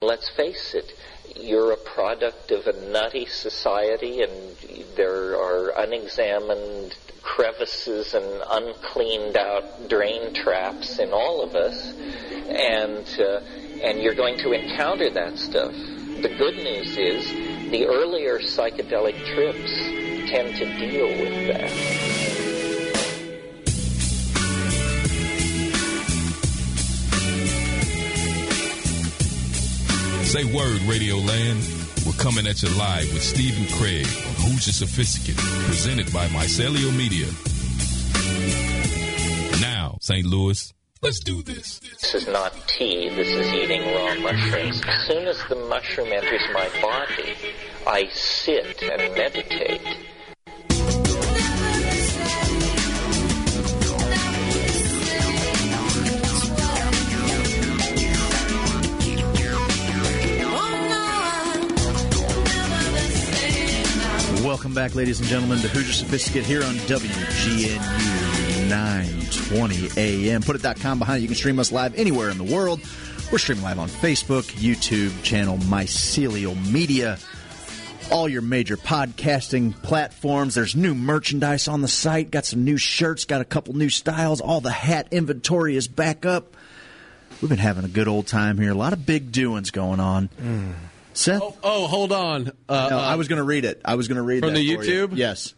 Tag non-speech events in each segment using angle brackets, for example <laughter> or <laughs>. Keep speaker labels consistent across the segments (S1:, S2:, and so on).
S1: let's face it, you're a product of a nutty society and there are unexamined crevices and uncleaned out drain traps in all of us and uh, and you're going to encounter that stuff the good news is the earlier psychedelic trips tend to deal with that
S2: Say word, Radio Land. We're coming at you live with Stephen Craig on Who's Your Sophisticate, presented by Mycelio Media. Now, St. Louis, let's do this.
S1: This is not tea, this is eating raw mushrooms. As soon as the mushroom enters my body, I sit and meditate.
S3: Welcome back, ladies and gentlemen, to Hoosier Sophisticate here on WGNU 920 AM. Put it.com behind it. You can stream us live anywhere in the world. We're streaming live on Facebook, YouTube channel Mycelial Media, all your major podcasting platforms. There's new merchandise on the site. Got some new shirts, got a couple new styles. All the hat inventory is back up. We've been having a good old time here. A lot of big doings going on. Seth?
S4: Oh, oh, hold on. Uh,
S3: No,
S4: uh,
S3: I was going to read it. I was going to read
S4: From
S3: that
S4: the
S3: for you.
S4: YouTube?
S3: Yes.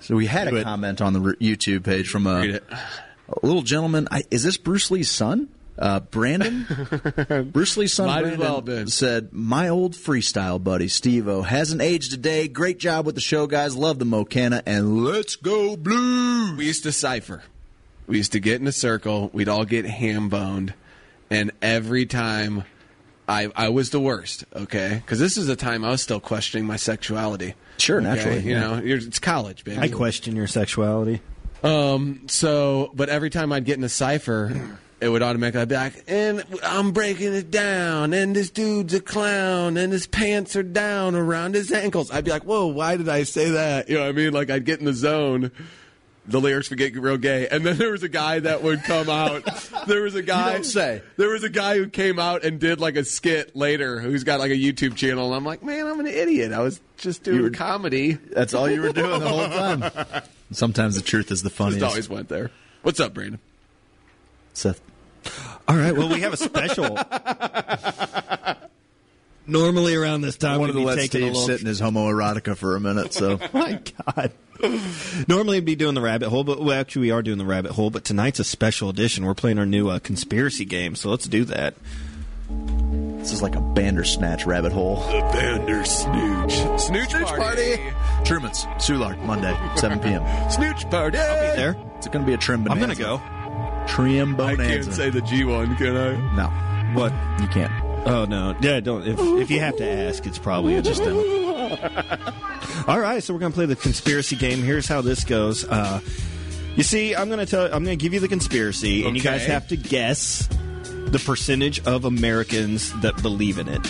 S3: So we had
S4: Do
S3: a
S4: it.
S3: comment on the r- YouTube page from a,
S4: Read it.
S3: a little gentleman. I, is this Bruce Lee's son? Uh,
S4: <laughs>
S3: Brandon, Bruce Lee's son
S4: Might as
S3: Brandon
S4: well have been.
S3: said, "My old freestyle buddy Stevo hasn't aged a day. Great job with the show, guys. Love the Mocana and let's go blue."
S4: we used to cipher. We used to get in a circle. We'd all get ham boned, and every time, I I was the worst. Okay, because this is a time I was still questioning my sexuality.
S3: Sure,
S4: Okay?
S3: naturally,
S4: you
S3: yeah.
S4: know, you're, it's college, baby.
S5: I question your sexuality.
S4: Um, so, but every time I'd get in a cipher, it would automatically be like, and I'm breaking it down, and this dude's a clown, and his pants are down around his ankles. I'd be like, whoa, why did I say that? You know what I mean? Like, I'd get in the zone. The lyrics would get real gay, and then there was a guy that would come out. There was a guy
S3: don't say.
S4: There was a guy who came out and did like a skit later, who's got like a YouTube channel. And I'm like, man, I'm an idiot. I was just doing comedy.
S3: That's all you were doing the whole
S4: <laughs>
S3: time. Sometimes the truth is the
S4: Just
S3: funniest.
S4: always went there. What's up, Brandon?
S3: Seth,
S5: All right. Well, we have a special. Normally around this
S3: I
S5: time,
S3: wanted
S5: we'd
S3: to
S5: be
S3: let
S5: taking a
S3: Steve
S5: little
S3: sit in his homoerotica for a minute. So
S5: <laughs> my god. Normally, we'd be doing the rabbit hole, but well, actually, we are doing the rabbit hole. But tonight's a special edition. We're playing our new uh, conspiracy game, so let's do that.
S3: this is like a Bandersnatch rabbit hole.
S4: Snooch, party.
S3: Truman's Soulard Monday, 7 p.m.
S4: Snooch party.
S5: There,
S3: It's going to be a trim
S5: I'm
S3: bonanza.
S5: gonna go.
S3: Trim
S4: I
S3: bonanza.
S4: can't say the G one, can I?
S3: no,
S5: What?
S3: you can't.
S5: Oh no, yeah, don't. If if you have to ask, it's probably just a. All right, so we're gonna play the conspiracy game. Here's how this goes. Uh, you see, I'm gonna tell. I'm gonna give you the conspiracy, and you guys
S4: Okay.
S5: have to guess the percentage of Americans that believe in it.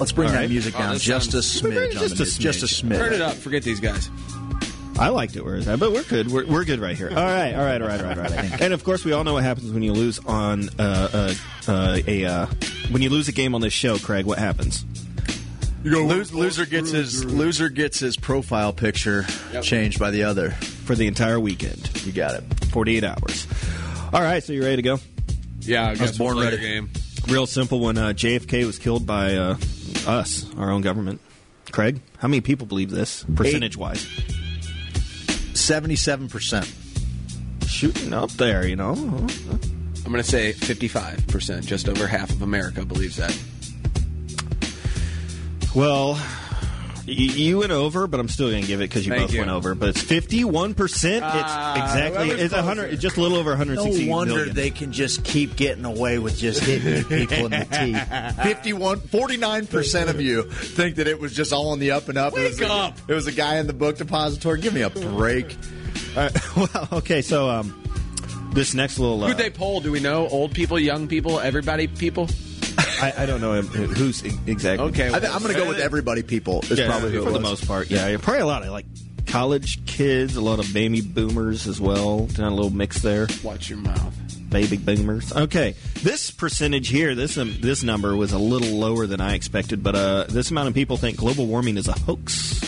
S3: Let's bring
S5: All
S3: that
S5: right.
S3: music
S4: Oh,
S3: down
S4: this
S3: just a
S4: sounds-
S3: smidge.
S5: Just
S3: on the
S5: a
S3: music.
S5: smidge.
S3: Just a smidge.
S4: Turn it up. Forget these guys.
S5: I liked it where it's at, but we're good. We're, we're good right here. <laughs> All right, all right, all right, all right, all right. And of course, we all know what happens when you lose on uh, uh, uh, a uh, when you lose a game on this show, Craig. What happens?
S4: You go
S3: Lose, loser gets his loser gets his profile picture
S4: Yep.
S3: changed by the other.
S5: for the entire weekend,
S3: You got it.
S5: 48 hours. All right, so you ready to go?
S4: Yeah, I, guess
S3: born
S4: we'll play
S3: ready.
S4: the Game.
S5: Real simple one. Uh, JFK was killed by uh, us, our own government. Craig, how many people believe this, percentage wise?
S3: Seventy-seven percent.
S5: Shooting up there, you know.
S4: I'm gonna say 55 percent. Just over half of America believes that.
S5: Well, y- you went over, but I'm still going to give it because you
S4: Thank
S5: both
S4: you.
S5: went over. But it's 51. percent It's exactly
S4: that was
S5: it's 100.
S4: closer.
S5: It's just a little over 160 million.
S3: can just keep getting away with just
S5: <laughs>
S3: hitting people in the teeth. 51, 49 percent of you think that it was just all on the up and up. it was
S4: Wake
S3: a,
S4: up!
S3: It was a guy in the book depository. Give me a break.
S5: <laughs> well, okay, so um, this next little uh,
S4: Who'd they poll? Do we know? Old people, young people, everybody, people.
S5: I, I don't know who's e-, exactly.
S4: Okay,
S3: I th- I'm going to go with everybody. People is
S5: Yeah,
S3: probably who it
S5: for the
S3: was.
S5: most part. Yeah, yeah, probably a lot of like college kids, a lot of baby boomers as well. Kind of a little mix there.
S4: Watch your mouth.
S5: baby boomers. Okay, this percentage here, this um, this number was a little lower than I expected, but uh, this amount of people think global warming is a hoax.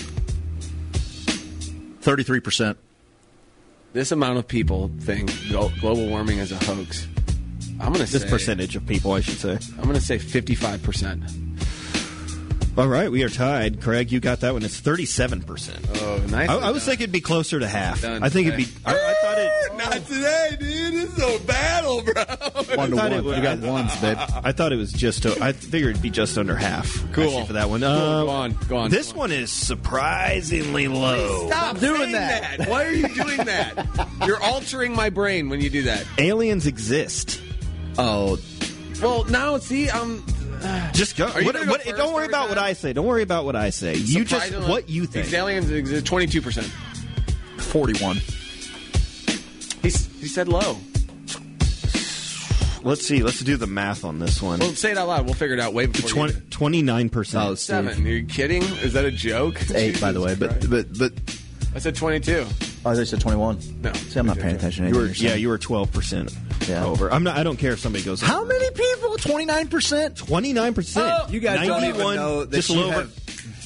S3: Thirty-three percent.
S4: This amount of people think glo- global warming is a hoax. I'm gonna
S5: This
S4: say
S5: percentage of people, I should say.
S4: I'm gonna say 55 percent.
S5: All right, we are tied. Craig, you got that one. It's thirty-seven percent.
S4: Oh, nice.
S5: I, I was thinking it'd be closer to half.
S4: Done.
S5: I think it'd be.
S4: Okay.
S5: I, I thought
S4: <laughs>
S5: it.
S4: Not today, dude. This is a battle, bro.
S3: One to
S5: thought
S3: one.
S5: it would-
S3: You got ones, babe.
S5: I thought it was just. o- I figured it'd be just under half.
S4: Cool.
S5: actually, for that one.
S4: Cool,
S5: Uh,
S4: go on, go on.
S5: This one is surprisingly low.
S4: Stop
S3: doing
S4: saying
S3: that.
S4: Why are you
S3: <laughs>
S4: doing that? You're altering my brain when you do that.
S5: Aliens exist.
S3: Oh,
S4: Well, now see, um,
S5: Just go.
S4: you
S5: what-
S4: gonna go
S5: what-
S4: first
S5: don't worry
S4: every
S5: about what
S4: time?
S5: I say. Don't worry about what I say. You just
S4: surprisingly-
S5: what you think.
S4: These aliens exist. Twenty-two percent.
S3: 41.
S4: He s- he said low.
S5: Let's see. Let's do the math on this one.
S4: Well, say it out loud. We'll figure it out way before you do it.
S5: Twenty nine
S3: Oh,
S5: percent.
S3: it's
S4: Seven. Are you kidding? Is that a joke?
S3: It's eight, by the way. But but but
S4: I said twenty-two.
S3: oh, they said 21.
S4: No.
S3: See, I'm not paying attention. to
S5: You were,
S3: anything you're
S5: yeah,
S3: saying.
S5: you were twelve percent
S3: Yeah.
S5: over. I'm not. I don't care if somebody goes.
S3: How many people? 29 percent.
S5: Twenty nine percent.
S3: Oh, you guys don't even know that
S5: just a
S3: you
S5: little
S3: have-
S5: over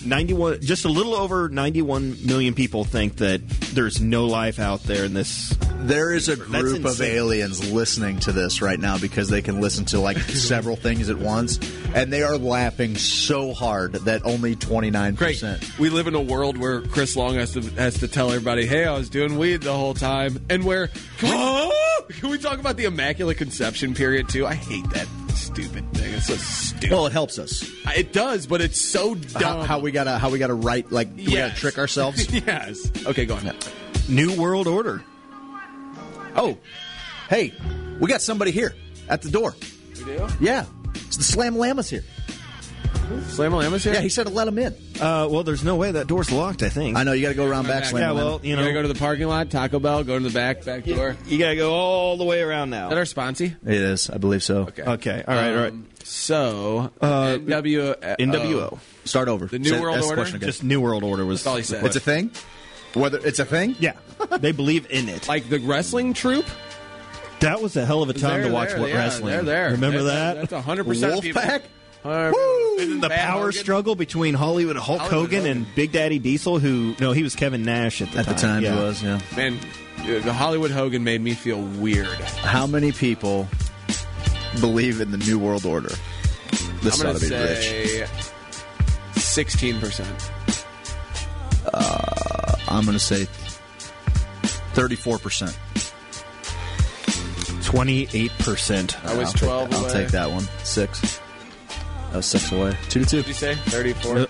S5: ninety one. Just a little over ninety one million people think that there's no life out there in this.
S3: There is a group of
S5: insane.
S3: aliens listening to this right now because they can listen to
S4: <laughs>
S3: like several things at once, and they are laughing so hard that only 29
S4: Craig,
S3: percent.
S4: we live in a world where Chris Long has to has to tell everybody, "Hey, I was doing weed the whole time," and where can we, can we talk about the Immaculate Conception period too? I hate that stupid thing. It's so stupid.
S3: Well, it helps us
S4: it does, but it's so
S3: how,
S4: dumb.
S3: how we gotta how we gotta write like we gotta
S4: Yes.
S3: trick
S4: <laughs>
S3: ourselves.
S4: yes. Okay, go on.
S5: New World Order.
S3: Oh, hey, we got somebody here at the door.
S4: We do.
S3: Yeah, it's the Slam Llamas here.
S4: Slam Lamas here.
S3: Yeah, he said to let him in.
S5: Uh, well, there's no way that door's locked. I think.
S3: I know you got to go around back,
S4: back.
S3: Slam
S5: Yeah.
S3: Llama.
S5: Well, you
S4: you
S5: know,
S4: gotta go to the parking lot, Taco Bell, go to the back back door. Is
S5: You gotta go all the way around now.
S4: that our sponsee?
S3: It is, I believe so.
S4: Okay.
S5: Okay, all right, all right.
S4: Um, So NW,
S5: NWO.
S3: Uh, Start over.
S4: The New
S3: Say-
S4: World
S3: ask the
S4: Order?
S3: question again.
S5: Just New World Order was.
S4: That's all he said.
S3: it's a thing. Whether it's a thing.
S5: Yeah, they believe in it.
S4: like the wrestling troupe.
S5: That was a hell of a time
S4: They're
S5: to watch
S4: there,
S5: what
S4: yeah,
S5: wrestling.
S4: They're there.
S5: Remember
S4: That's-
S5: that?
S4: That's hundred percent
S3: Wolfpack.
S5: And then the
S4: Bad
S5: power
S4: Hogan.
S5: struggle between Hollywood Hulk
S4: Hollywood
S5: Hogan,
S4: Hogan.
S5: and Big Daddy Diesel, who no, he was Kevin Nash at the
S3: At the
S5: time.
S3: time,
S5: yeah.
S3: it was yeah.
S4: Man, uh, the Hollywood Hogan made me feel weird.
S3: How many people believe in the New World Order? This
S4: I'm
S3: ought
S4: gonna
S3: to be rich.
S4: say sixteen percent.
S3: I'm going to say 34%.
S5: Twenty-eight percent.
S4: I was
S3: I'll take
S4: twelve.
S3: that- I'll
S4: away.
S3: take that one. Six. That was six away. Two to
S4: Did
S3: two.
S4: you say thirty-four?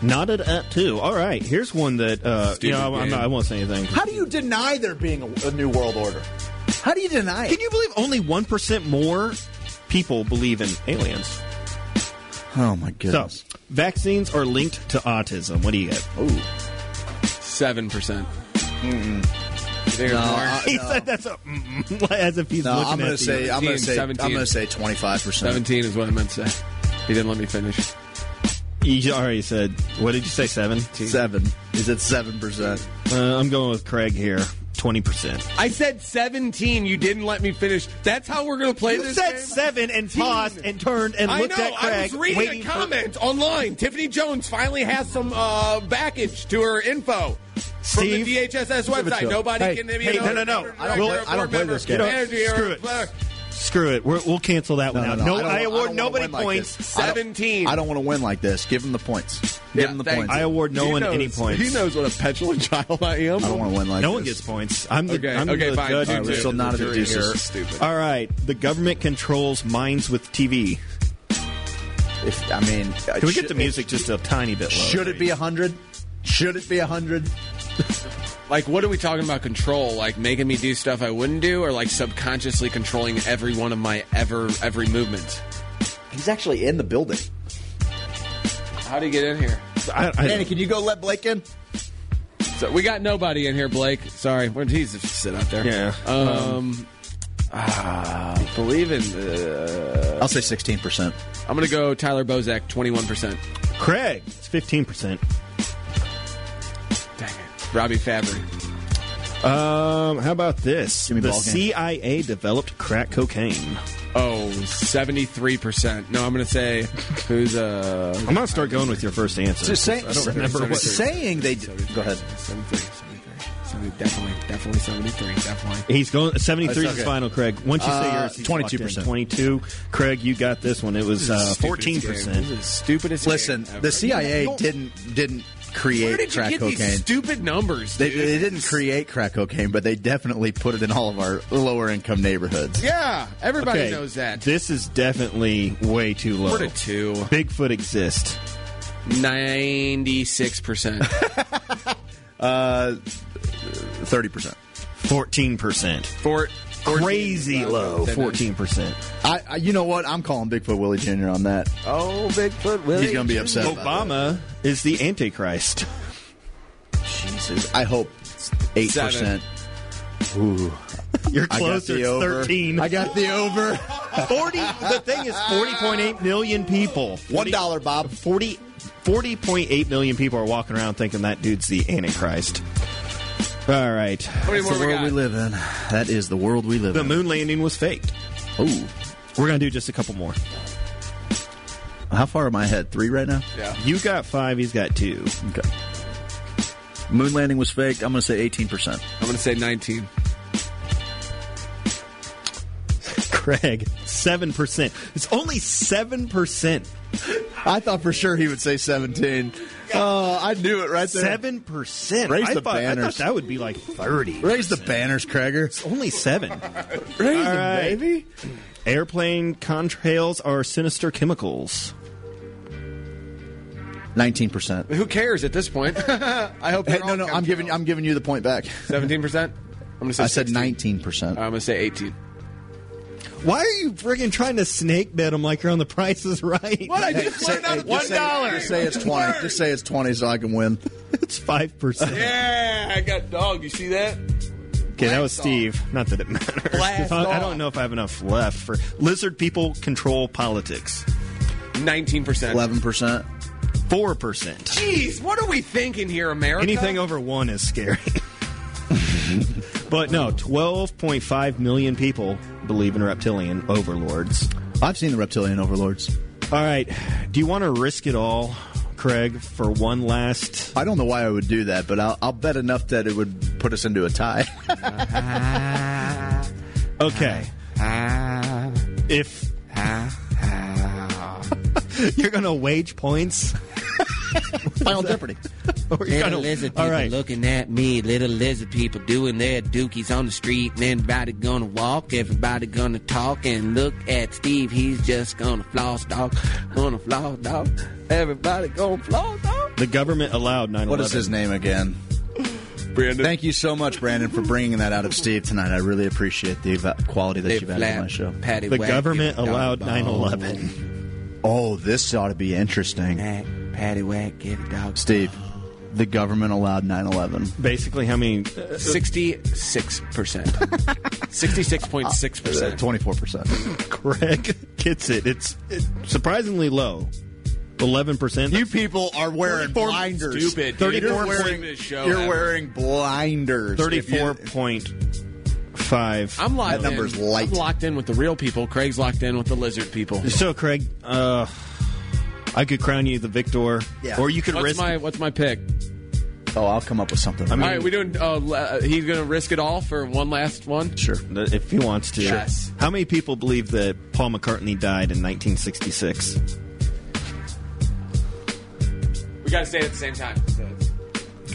S5: Nodded at two. All right, here's one that uh, you
S4: Stupid
S5: know I'm
S4: game.
S5: not, I won't say anything.
S3: How do you deny there being a, a New World Order? How do you deny
S5: Can you believe only one percent more people believe in aliens?
S3: Oh, my
S5: So,
S3: goodness.
S5: vaccines are linked to autism. What do you get?
S4: Seven percent.
S3: Uh,
S5: he said that's a, <laughs> mm, as if he's
S3: no,
S5: looking
S3: I'm going
S5: at
S3: to say, I'm going to say, I'm
S4: 17.
S3: going to say 25%.
S4: Seventeen is what I meant to say. He didn't let me finish.
S5: you. You already said. What did you say? Seven.
S3: Seven. He's at 7%.
S5: Uh, I'm going with Craig here. Twenty percent.
S4: I said seventeen. You didn't let me finish. That's how we're gonna play
S5: You
S4: this.
S5: said
S4: game?
S5: seven and paused and turned and
S4: I know.
S5: looked at Craig.
S4: I was reading
S5: waiting
S4: a
S5: for-
S4: comment online. Tiffany Jones finally has some uh, baggage to her info.
S5: Steve?
S4: From the DHSS website,
S3: chill.
S4: nobody
S5: Hey,
S4: can. You
S5: hey,
S4: know,
S5: no, no, no.
S4: director,
S5: I don't play-
S4: board
S3: I don't play
S4: member,
S3: this game.
S4: manager,
S5: You know, screw it.
S4: player.
S5: Screw it. We're, we'll cancel that one
S3: No,
S5: out.
S3: no, no. I don't-
S5: I,
S3: I don't
S5: award
S3: wanna
S5: nobody
S3: win like
S5: points.
S3: this. I don't-
S4: Seventeen.
S3: I don't want to win like this. Give him the points. Give
S4: Yeah,
S3: him the
S4: thank
S3: points.
S5: I award no
S4: He
S5: one
S4: knows-
S5: any points.
S4: He knows what a petulant <laughs> child I am.
S3: I don't want to win like
S5: no
S3: this.
S5: one gets points. I'm the,
S4: Okay,
S5: I'm
S4: okay,
S5: the
S4: fine.
S5: judge.
S4: You
S3: All right, we're
S4: do.
S3: still not at the
S4: Jury here
S3: deuces.
S4: is Stupid.
S5: All right. The government controls minds with TV.
S3: If, I mean,
S5: Can we get the music just a tiny bit lower?
S3: Should it be a hundred? Should it be a hundred?
S4: Like, what are we talking about? Control? Like making me do stuff I wouldn't do, or like subconsciously controlling every one of my ever every movement?
S3: He's actually in the building.
S4: How do you get in here?
S5: I, I,
S3: Danny, can you go let Blake in?
S4: So we got nobody in here, Blake. Sorry, Well, he's just sit out there.
S5: Yeah.
S4: Um. ah, believe in. Uh,
S3: I'll say sixteen percent.
S4: I'm gonna go Tyler Bozak, 21. percent
S5: Craig, it's 15%.
S4: Dang it. Robbie Fabry.
S5: Um, how about this?
S3: Give me
S5: the
S3: ball game.
S5: CIA developed crack cocaine.
S4: Oh, 73%. No, I'm going to say who's uh
S5: I'm gonna start going with your first answer.
S3: Just saying,
S5: I don't remember what.
S3: saying they. d- Go ahead.
S4: 73, 73, 73, definitely, definitely 73, definitely.
S5: He's going 73
S3: That's
S5: is his
S3: okay.
S5: final, Craig. Once you say
S3: Uh,
S5: yours, he's
S3: 22%.
S5: locked in. 22. Craig, you got this one. It was uh, 14%.
S4: Stupidest.
S3: Listen, the CIA didn't didn't create
S4: Where did you
S3: crack
S4: get
S3: cocaine.
S4: these stupid numbers?
S3: They,
S4: dude?
S3: they didn't create crack cocaine, but they definitely put it in all of our lower income neighborhoods.
S4: Yeah, everybody knows that.
S5: This is definitely way too low.
S4: We're to two.
S5: Bigfoot exists. <laughs>
S4: 96%.
S3: Thirty percent.
S5: 14%.
S4: Four,
S5: Crazy low. 14%.
S3: I, I, you know what? I'm calling Bigfoot Willie Jr. on that.
S4: Oh, Bigfoot Willie.
S3: He's gonna be upset. about
S5: Obama is the
S3: that.
S5: Antichrist.
S4: Oh,
S3: Jesus. I hope eight percent. Ooh,
S5: You're
S3: I got
S5: close.
S3: the
S5: It's
S3: over.
S5: 13.
S3: I got the
S4: <laughs>
S3: over.
S5: 40. The thing is, 40.8 million people.
S3: One dollar, Bob.
S5: 40. 40.8 million people are walking around thinking that dude's the Antichrist. All right.
S4: How many
S3: That's
S4: more
S3: the
S4: we
S3: world
S4: got?
S3: we live in. That is the world we live
S5: The
S3: in.
S5: moon landing was faked.
S3: Ooh,
S5: We're going to do just a couple more.
S3: how far am I ahead? Three right now.
S4: Yeah.
S5: You got five, he's got two.
S3: Okay. Moon landing was faked. I'm gonna say eighteen percent.
S4: I'm going to say 19.
S5: Craig, 7%. It's only 7%.
S3: I thought for sure he would say 17. Oh, I knew it right there.
S5: 7%.
S3: Raise
S5: I
S3: the
S5: thought, I thought
S3: banners.
S5: that would be like 30.
S3: Raise the banners, Craigger.
S5: Only 7.
S3: Raise
S5: All right. Airplane contrails are sinister chemicals.
S3: <laughs> 19%.
S4: Who cares at this
S5: <laughs>
S4: point? I hope.
S3: Hey,
S4: they're
S3: no,
S4: all
S3: no, I'm
S4: counting.
S3: giving I'm giving you the point <laughs> back.
S4: 17%? I'm going to say
S3: I said
S4: 16.
S3: 19%.
S4: I'm going to say 18.
S5: Why are you friggin' trying to snake bet them like you're on the Price is Right?
S4: What? I just learned out of
S3: just say- Just say it's 20. Just say it's 20 so I can win.
S5: It's 5%.
S4: Yeah, I got dog. You see that?
S5: Okay, that was
S4: Blast
S5: Steve. Not that it matters.
S4: Blast
S5: I, I
S4: off.
S5: don't know if I have enough left for lizard people control politics.
S4: 19%.
S3: 11%.
S5: 4%.
S4: Jeez, what are we thinking here, America?
S5: Anything over one is scary. <laughs> but no, 12.5 million people believe in reptilian overlords.
S3: I've seen the reptilian overlords.
S5: All right, do you want to risk it all, Craig, for one last?
S3: I don't know why I would do that, but I'll, I'll bet enough that it would put us into a tie.
S4: Ah.
S5: Okay. If. <laughs> You're going to wage points? <laughs>
S3: Final Jeopardy.
S5: Or you're
S6: Little
S5: gonna-
S6: lizard people
S5: all right.
S6: looking at me. Little lizard people doing their dookies on the street. And everybody gonna walk. Everybody gonna talk. And look at Steve. He's just gonna floss dog. Gonna floss dog. Everybody gonna floss dog.
S5: The government allowed 9
S3: What is his name again?
S4: Brandon.
S3: Thank you so much, Brandon, for bringing that out of Steve tonight. I really appreciate the eva- quality that you've added to my show.
S6: Patty
S5: The
S6: whack,
S5: government
S6: give a dog
S5: allowed
S6: bone.
S5: 9 11.
S3: Oh, this ought to be interesting.
S6: Whack, Patty whack, give a dog.
S3: Steve, the government allowed 9 11.
S5: <laughs> Basically, how many. uh,
S4: 66%.
S3: <laughs>
S4: 66.6%.
S3: 24%.
S5: Craig <laughs> gets it. It's, it's surprisingly low. 11%.
S3: you people are wearing
S5: 34
S3: blinders.
S4: Stupid. dude.
S5: 34
S3: You're
S4: You're
S3: wearing,
S4: this show.
S3: you're
S4: ever.
S3: wearing blinders. If you-
S5: 34.5.
S4: I'm locked
S3: That number's
S4: in.
S3: light.
S4: I'm locked in with the real people. Craig's locked in with the lizard people.
S5: So, Craig, uh, I could crown you the victor,
S3: Yeah.
S5: or you could
S4: What's
S5: risk.
S4: my what's my pick?
S3: Oh, I'll come up with something.
S5: mean-
S4: All right, we doing. Uh, la- he's gonna risk it all for one last one.
S3: sure.
S5: if he wants to.
S4: Yes.
S5: How many people believe that Paul McCartney died in 1966?
S4: We gotta say it at the same time. So it's-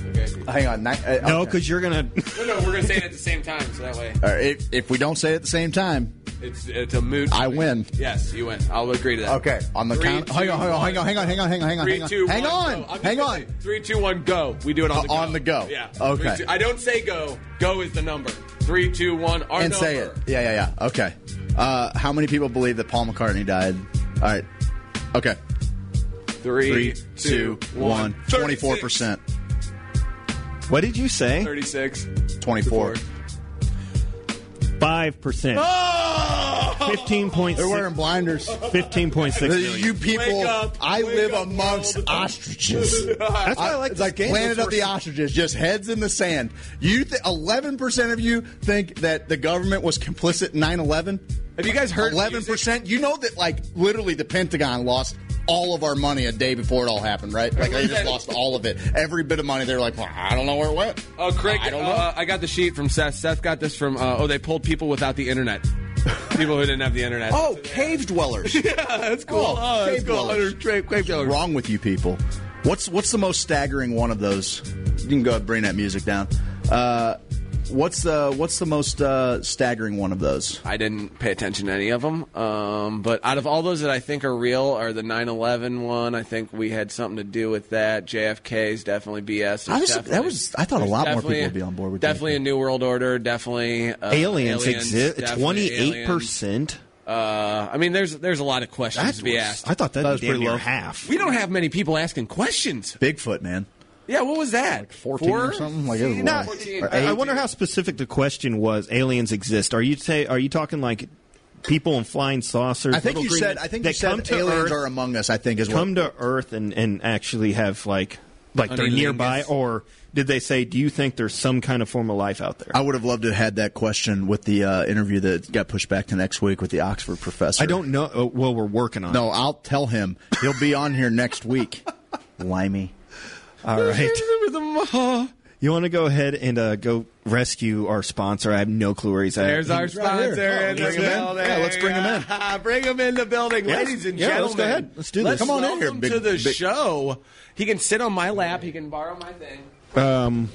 S4: okay.
S3: Hang on. Ni- uh,
S5: No,
S3: okay.
S5: because you're gonna.
S4: No, no, we're gonna say it at the same time, so that way
S3: All right, if, if we don't say it at the same time,
S4: it's it's a mood.
S3: I win.
S4: Yes, you win. I'll agree to that.
S3: Okay. On the
S4: Three,
S3: count.
S4: two,
S3: Hang on, hang on,
S4: one.
S3: hang on, hang on, hang on, hang on, hang on. hang
S4: Three,
S3: on.
S4: two,
S3: hang
S4: one,
S3: on.
S4: go. I'm just
S3: Hang
S4: gonna
S3: on.
S4: say Three, two, one, go. We do it on the
S3: Uh,
S4: go.
S3: on the go.
S4: Yeah.
S3: Okay.
S4: Three, two- I don't say go. Go is the number. Three, two, one. Our
S3: and say it.
S4: number.
S3: Yeah, yeah, yeah. Okay. Uh, how many people believe that Paul McCartney died? All right. Okay.
S4: Three,
S3: Three,
S4: two, one.
S3: 24 percent.
S5: What did you say?
S4: Thirty-six.
S3: 24.
S5: Five percent.
S4: <laughs> Oh!
S5: fifteen point
S3: They're wearing blinders.
S5: fifteen point six
S3: You
S5: million.
S3: people,
S7: Wake up,
S3: I
S7: wake
S3: live
S7: up,
S3: amongst
S4: <laughs>
S7: world.
S3: ostriches.
S5: That's why I like
S3: it's
S5: this
S3: like
S5: game.
S3: Planet
S5: Those
S3: of
S5: were-
S3: the Ostriches, just heads in the sand. You, eleven percent of you think that the government was complicit in 9-11?
S7: Have you guys heard
S3: Eleven percent. You know that, like, literally, the Pentagon lost all of our money a day before it all happened, right? Like, they just lost all of it, every bit of money. They're like, well, I don't know where it went.
S4: Oh, Craig,
S3: I don't know.
S4: uh, I got the sheet from Seth. Seth got this from, uh, oh, they pulled people without the internet. People who didn't have the internet. <laughs>
S3: oh, cave <laughs> dwellers.
S4: that's cool.
S3: oh, cave dwellers.
S4: Craig,
S3: wrong with you people? What's what's the most staggering one of those? You can go ahead and bring that music down. Uh, what's the what's the most uh, staggering one of those?
S4: I didn't pay attention to any of them. Um, but out of all those that I think are real, are the 9 11 one. I think we had something to do with that. JFK is definitely BS. There's
S3: I was- that
S4: definitely-
S3: was- I thought a lot more
S4: definitely-
S3: people would be on board with
S4: Definitely a
S3: JFK.
S4: New World Order. Definitely. Uh,
S5: aliens exist.
S4: definitely
S5: Twenty eight
S4: aliens.
S5: percent.
S4: Uh, I mean, there's there's a lot of questions
S5: That's
S4: to be asked.
S5: I thought
S3: That
S5: that'd that
S3: was
S5: was
S3: pretty
S5: damn near
S3: low.
S5: half.
S4: we don't have many people asking questions.
S3: Bigfoot, man.
S4: Yeah, what was that? Like
S3: 14 or something? Like, it was
S5: Now,
S3: wild.
S5: I- I wonder how specific the question was. Aliens exist. Are you say? Are you talking like people in flying saucers?
S3: I think
S5: Little
S3: you
S5: green
S3: said.
S5: men
S3: I think
S5: that
S3: you said
S5: come to
S3: aliens
S5: Earth-
S3: are among us. I think is what
S5: come to Earth and, and actually have like like they're
S4: Honeylingus.
S5: nearby, or did they say? Do you think there's some kind of form of life out there?
S3: I would have loved to have had that question with the uh, interview that got pushed back to next week with the Oxford professor.
S5: I don't know. Oh, Well, we're working on.
S3: No, I'll tell him. He'll be on here next week. Limey.
S5: it. all right. You want to go ahead and uh, go rescue our sponsor? I have no clue where he's at.
S4: There's our
S5: He's right
S4: sponsor
S5: here.
S4: in the
S5: Bring him in.
S4: building.
S5: Yeah, let's bring him in.
S4: in. <laughs> bring him in the building,
S5: Yeah.
S4: ladies and
S5: Yeah, let's
S4: gentlemen.
S5: go ahead. Let's do this.
S3: Come on in
S4: welcome
S3: here, big-
S4: to the
S3: big-
S4: show. He can sit on my lap. He can borrow my thing.
S5: Um,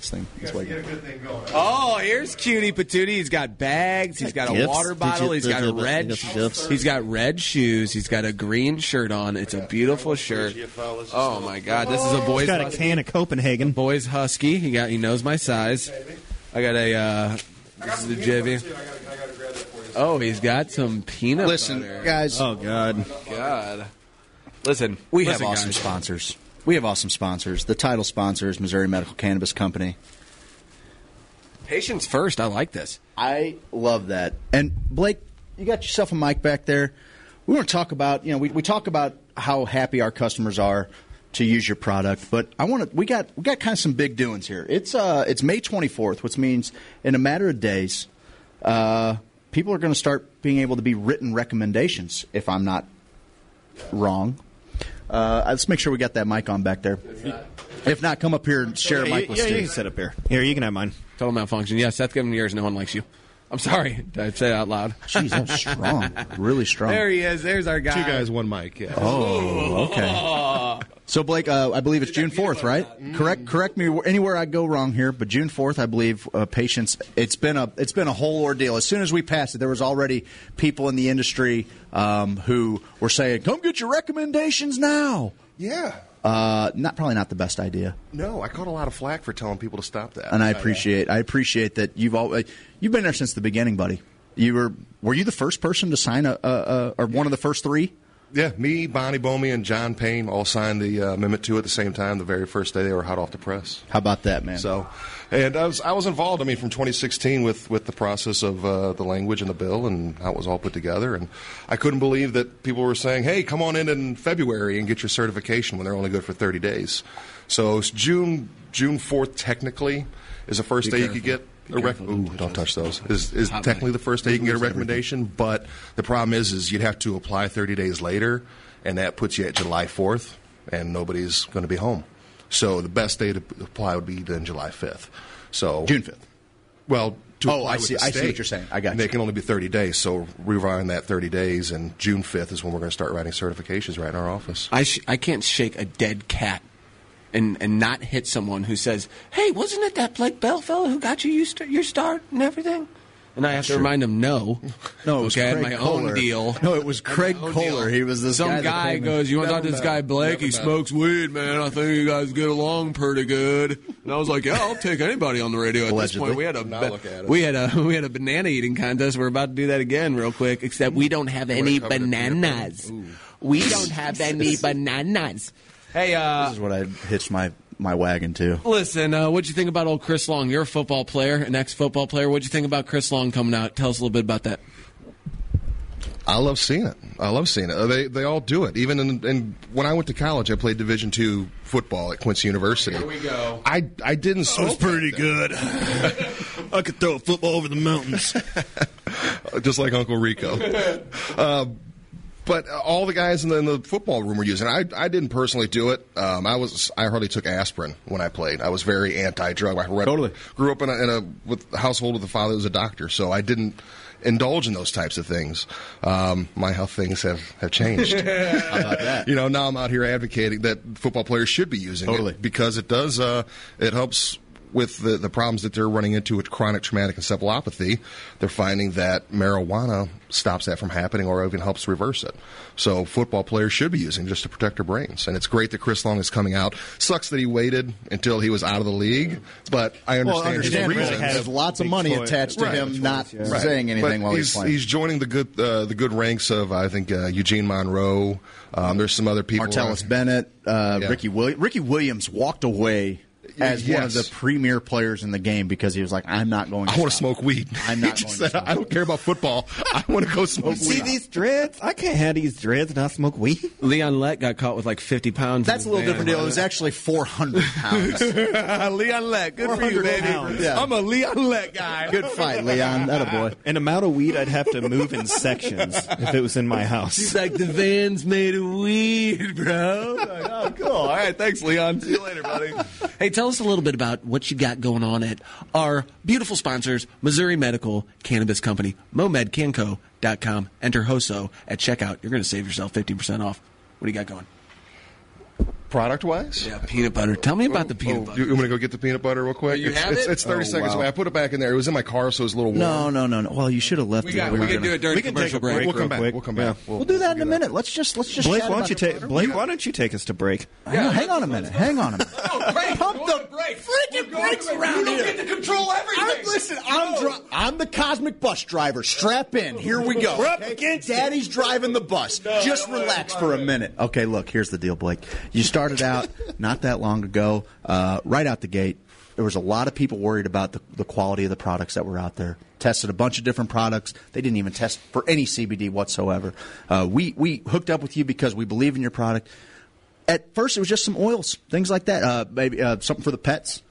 S3: This thing is like-
S4: Oh, here's Cutie Patootie. He's got bags. He's got a
S5: Gifts?
S4: water bottle.
S5: Did you-
S4: He's got
S5: did
S4: a
S5: you-
S4: red.
S5: did you gifts?
S4: He's got red shoes. He's got a green shirt on. It's a beautiful shirt. Oh my God, this is a boys.
S5: he's got a
S4: husky.
S5: can of Copenhagen.
S4: boys husky. He got. He knows my size. I got a. Uh, this is the JV. Oh, he's got some peanut
S3: Listen,
S4: butter.
S3: guys.
S5: Oh God!
S4: God. Listen,
S3: We
S4: listen,
S3: have awesome
S4: guys.
S3: sponsors. We have awesome sponsors. The title sponsor is Missouri Medical Cannabis Company.
S4: Patients first. I like this.
S3: I love that. And Blake, you got yourself a mic back there. We want to talk about, you know, we, we talk about how happy our customers are to use your product, but I want to. We got we got kind of some big doings here. It's uh it's May 24th, which means in a matter of days, uh, people are going to start being able to be written recommendations. If I'm not wrong, uh, let's make sure we got that mic on back there. If not, come up here and share a
S5: Yeah,
S3: mic with
S5: yeah, you
S3: Steve.
S5: can sit up here. Here, you can have mine.
S4: Total malfunction. Yeah, Seth, give him yours. No one likes you. I'm sorry. I said it out loud.
S3: Jeez, that was strong. Really strong.
S4: There he is. There's our guy.
S7: Two guys, one mic. Yeah.
S3: Oh, okay.
S4: <laughs>
S7: <laughs>
S3: So Blake, uh, I believe it's June fourth, right? Correct. Correct me wh- anywhere I go wrong here, but June fourth, I believe uh, patients. It's been a it's been a whole ordeal. As soon as we passed it, there was already people in the industry um, who were saying, "Come get your recommendations now."
S7: Yeah.
S3: Uh, not probably not the best idea,
S7: No, I caught a lot of flack for telling people to stop that.
S3: and I appreciate I appreciate that you've all uh, you've been there since the beginning, buddy. You were were you the first person to sign a, a, a or one of the first three?
S7: Yeah, me, Bonnie Bomey, and John Payne all signed the uh, Amendment 2 at the same time, the very first day they were hot off the press.
S3: How about that, man?
S7: So, and I was I was involved. I mean, from 2016 with with the process of uh, the language and the bill and how it was all put together. And I couldn't believe that people were saying, "Hey, come on in in February and get your certification when they're only good for 30 days." So it's June June 4th technically is the first day you could get. A rec- Ooh, don't touch those. Is, is technically the first day you can get a recommendation, but the problem is, is you'd have to apply 30 days later, and that puts you at July 4th, and nobody's going to be home. So the best day to apply would be then July 5th. So
S3: June 5th.
S7: Well, to
S3: Oh,
S7: apply
S3: I
S7: with
S3: see-
S7: the
S3: I see
S7: state,
S3: what you're saying. I got
S7: They
S3: you.
S7: can only be 30 days, so rewind that 30 days, and June 5th is when we're going to start writing certifications right in our office.
S4: I, sh- I can't shake a dead cat and, and not hit someone who says, hey, wasn't it that Blake Bell fellow who got you your, st- your start and everything? And I have to remind him, no.
S3: No, it was
S4: okay, I had
S3: Craig
S4: my
S3: Kohler.
S4: own deal.
S3: No, it was
S4: I had
S3: Craig
S4: my own
S3: Kohler. He was this
S4: Some
S3: guy that
S4: guy
S3: came
S4: goes,
S3: in-
S4: you want to talk
S7: Never
S4: to this
S7: met
S4: guy
S7: him.
S4: Blake? He
S7: Never met
S4: smokes weed, man. I think you guys get along pretty good. And I was like, yeah, I'll take anybody on the radio at
S3: Allegedly.
S4: this point. We had a
S7: Now
S4: ba-
S7: look at it.
S4: we had a <laughs> we had a banana eating contest. We're about to do that again, real quick. Except we don't have any
S7: covered it in peanut butter.
S4: bananas. We don't
S7: <laughs>
S4: have any bananas. Hey, uh,
S3: This is what I hitched my my wagon to.
S4: Listen, uh, what'd you think about old Chris Long? You're a football player, an ex-football player. What'd you think about Chris Long coming out? Tell us a little bit about that.
S7: I love seeing it. I love seeing it. Uh, They they all do it. Even in, in when I went to college, I played Division two football at Quincy University. Here we go. Oh, I I didn't.
S5: It's
S7: smoke
S5: pretty
S7: back then.
S5: good. I could throw a football over the mountains.
S7: <laughs> just like Uncle Rico. uh, but uh, all the guys in the, in the football room were using. it. I I didn't personally do it. Um, I was I hardly took aspirin when I played. I was very anti-drug. I read,
S8: Totally.
S7: grew up in a, in a with a household with a father who was a doctor, so I didn't indulge in those types of things. Um, my health things have have changed. <laughs> How about that? You know, now I'm out here advocating that football players should be using
S8: Totally.
S7: it because it does uh, it helps with the, the problems that they're running into with chronic traumatic encephalopathy they're finding that marijuana stops that from happening or even helps reverse it so football players should be using it just to protect their brains and it's great that chris long is coming out sucks that he waited until he was out of the league but i understand,
S3: understand
S7: his
S3: really
S7: reasons.
S3: has lots of
S5: Big
S3: money
S5: toy-
S3: attached to
S7: Right.
S3: him
S7: Toys,
S3: not
S5: yeah.
S7: Right.
S3: saying anything
S7: But
S3: while he's,
S7: he's,
S3: playing.
S7: he's joining the good uh, the good ranks of I think uh, Eugene Monroe. Um, there's some other people.
S3: Martellus
S7: uh,
S3: Bennett, uh,
S7: Yeah.
S3: Ricky Williams. Ricky Williams walked away as one of the
S7: yes.
S3: premier players in the game because he was like, "I'm not going. To
S7: I want to
S3: stop."
S7: smoke weed.
S3: I'm not
S7: He just
S3: going to
S7: said,
S3: smoke
S7: I don't care about football. I want to go smoke
S5: See
S7: weed.
S5: these dreads? I can't have these dreads and I smoke <laughs> weed.
S4: Leon Lett got caught with like 50 pounds.
S3: That's a
S4: in
S3: little
S4: his van.
S3: different deal. It was actually 400 pounds.
S7: <laughs>
S4: Leon Lett, good for you,
S5: 400
S4: baby.
S5: pounds.
S3: Yeah.
S4: I'm a Leon Lett guy. <laughs>
S3: Good fight, Leon. That a boy.
S5: An amount of weed I'd have to move in sections if it was in my house.
S4: He's like, the van's made of weed, bro. Like, oh, cool. All right, thanks, Leon. See you later, buddy. hey, tell us a little bit about what you got going on at our beautiful sponsors, Missouri Medical Cannabis Company, MomedCanco.com. Enter HOSO at checkout. You're going to save yourself 15% off. What do you got going?
S7: Product wise?
S4: Yeah, peanut butter. Tell me about the peanut
S9: Oh,
S4: butter.
S7: Oh, You, you want to go get the peanut butter real quick?
S9: you
S7: it's,
S9: have
S7: it's,
S9: it?
S7: it's 30
S3: Oh,
S7: seconds
S3: wow.
S7: away. I put it back in there. It was in my car, so it was a little warm.
S3: No, no, no, no. Well, you should have left.
S9: We
S3: it.
S9: got.
S3: were
S9: We can
S3: gonna-
S9: do it during
S5: we
S9: the
S5: can take
S9: commercial
S5: a break.
S9: break.
S7: We'll come
S5: real
S7: back.
S5: quick.
S7: We'll come back.
S5: Yeah.
S3: We'll do that in a minute. Let's just let's just.
S5: Blake,
S3: chat
S5: why
S3: about
S5: don't you
S3: it.
S5: take Blake? Why don't you take us to break?
S3: Hang on- Hang on a minute. Hang on a minute.
S9: <laughs> No, break.
S3: Pump
S9: We're
S3: the
S9: going to break.
S3: freaking
S9: We're going
S3: brakes
S9: to break.
S3: around
S9: You don't get
S3: here.
S9: to control everything.
S3: I'm, listen, I'm dri- I'm the cosmic bus driver. Strap in. Here we go.
S5: We're up against it.
S3: Daddy's driving the bus. Just relax for a minute. Okay, look. Here's the deal, Blake. You
S9: <laughs>
S3: started out not that long ago, uh, right out the gate. There was a lot of people worried about the, the quality of the products that were out there. Tested a bunch of different products. They didn't even test for any CBD whatsoever. Uh, we we hooked up with you because we believe in your product. At first, it was just some oils, things like that. Uh, maybe uh, something for the pets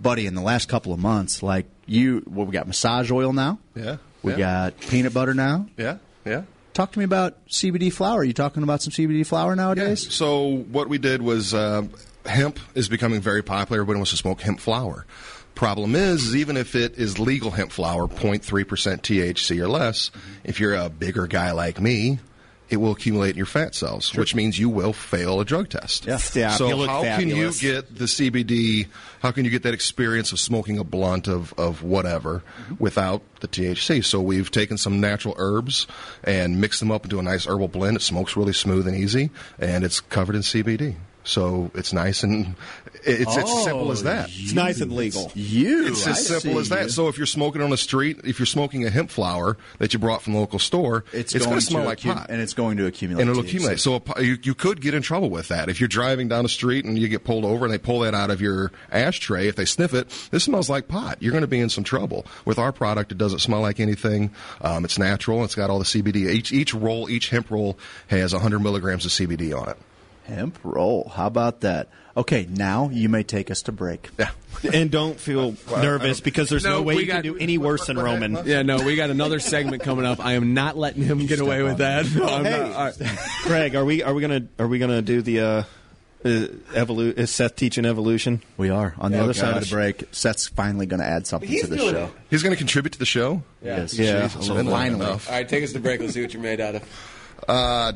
S3: buddy, in the last couple of months, like you, well, we got massage oil now.
S7: Yeah,
S3: We
S7: yeah.
S3: got peanut butter now.
S7: Yeah? Yeah?
S3: Talk to me about CBD flower. Are you talking about some CBD flower nowadays?
S7: So what we did was uh, hemp is becoming very popular. Everybody wants to smoke hemp flower. Problem is, is even if it is legal hemp flower, 0.3% THC or less, if you're a bigger guy like me, it will accumulate in your fat cells, which means you will fail a drug test.
S5: Yeah. Stop.
S7: So
S5: You look
S7: how
S5: fabulous.
S7: can you get the CBD? How can you get that experience of smoking a blunt of of whatever without the THC? So we've taken some natural herbs and mixed them up into a nice herbal blend. It smokes really smooth and easy, and it's covered in CBD. So it's nice and it's it's simple as that.
S5: It's nice and legal.
S3: You.
S7: It's as
S3: Oh, I
S7: simple
S3: see
S7: as that.
S3: you.
S7: So if you're smoking on the street, if you're smoking a hemp flower that you brought from the local store,
S3: it's,
S7: going
S3: going
S7: to smell
S3: to
S7: like
S3: accu-
S7: pot
S3: and it's going to accumulate.
S7: and it'll
S3: THC.
S7: accumulate. So a, po- you, you could get in trouble with that if you're driving down the street and you get pulled over and they pull that out of your ashtray. If they sniff it, this smells like pot. You're going to be in some trouble. With our product, it doesn't smell like anything. Um, it's natural. It's got all the CBD. Each each roll, each hemp roll has 100 milligrams of CBD on it.
S3: hemp roll. How about that? Okay, now you may take us to break.
S7: Yeah.
S5: And
S4: <laughs>
S5: don't feel nervous because there's no,
S9: No,
S5: way
S9: we
S5: you can
S9: got-
S5: do any worse than Roman.
S4: um, Yeah, no, we got another segment coming up. I am not letting him get away with that. No, I'm
S5: Hey.
S4: not. All right.
S5: <laughs> Craig, are we are we gonna are we gonna do the uh, uh, evolu- is Seth teaching evolution?
S3: We are on the
S5: Oh,
S3: other side of
S5: gosh.
S3: the break. Seth's finally going to add something to the show.
S7: He's going to contribute to the show.
S3: Yes.
S5: Yeah.
S3: Jesus,
S7: It's been long
S3: finally.
S7: enough.
S9: All right, take us to break. Let's see what you're made out of.
S7: Uh,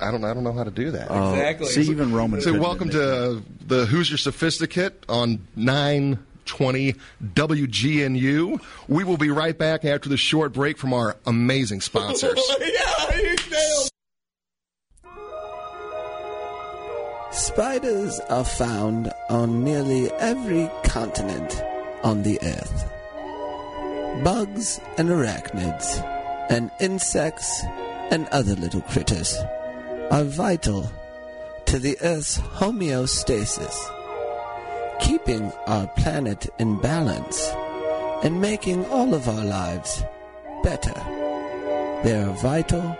S7: I don't. I don't know how to do that.
S9: Exactly.
S3: See, even Roman.
S7: So
S3: couldn't
S7: welcome
S3: admit that.
S7: to the Who's Your Sophisticate on 920 WGNU. We will be right back after the short break from our amazing sponsors.
S9: yeah, you nailed.
S10: Spiders are found on nearly every continent on the earth. Bugs and arachnids, and insects and other little critters are vital to the earth's homeostasis, keeping our planet in balance and making all of our lives better. They are vital,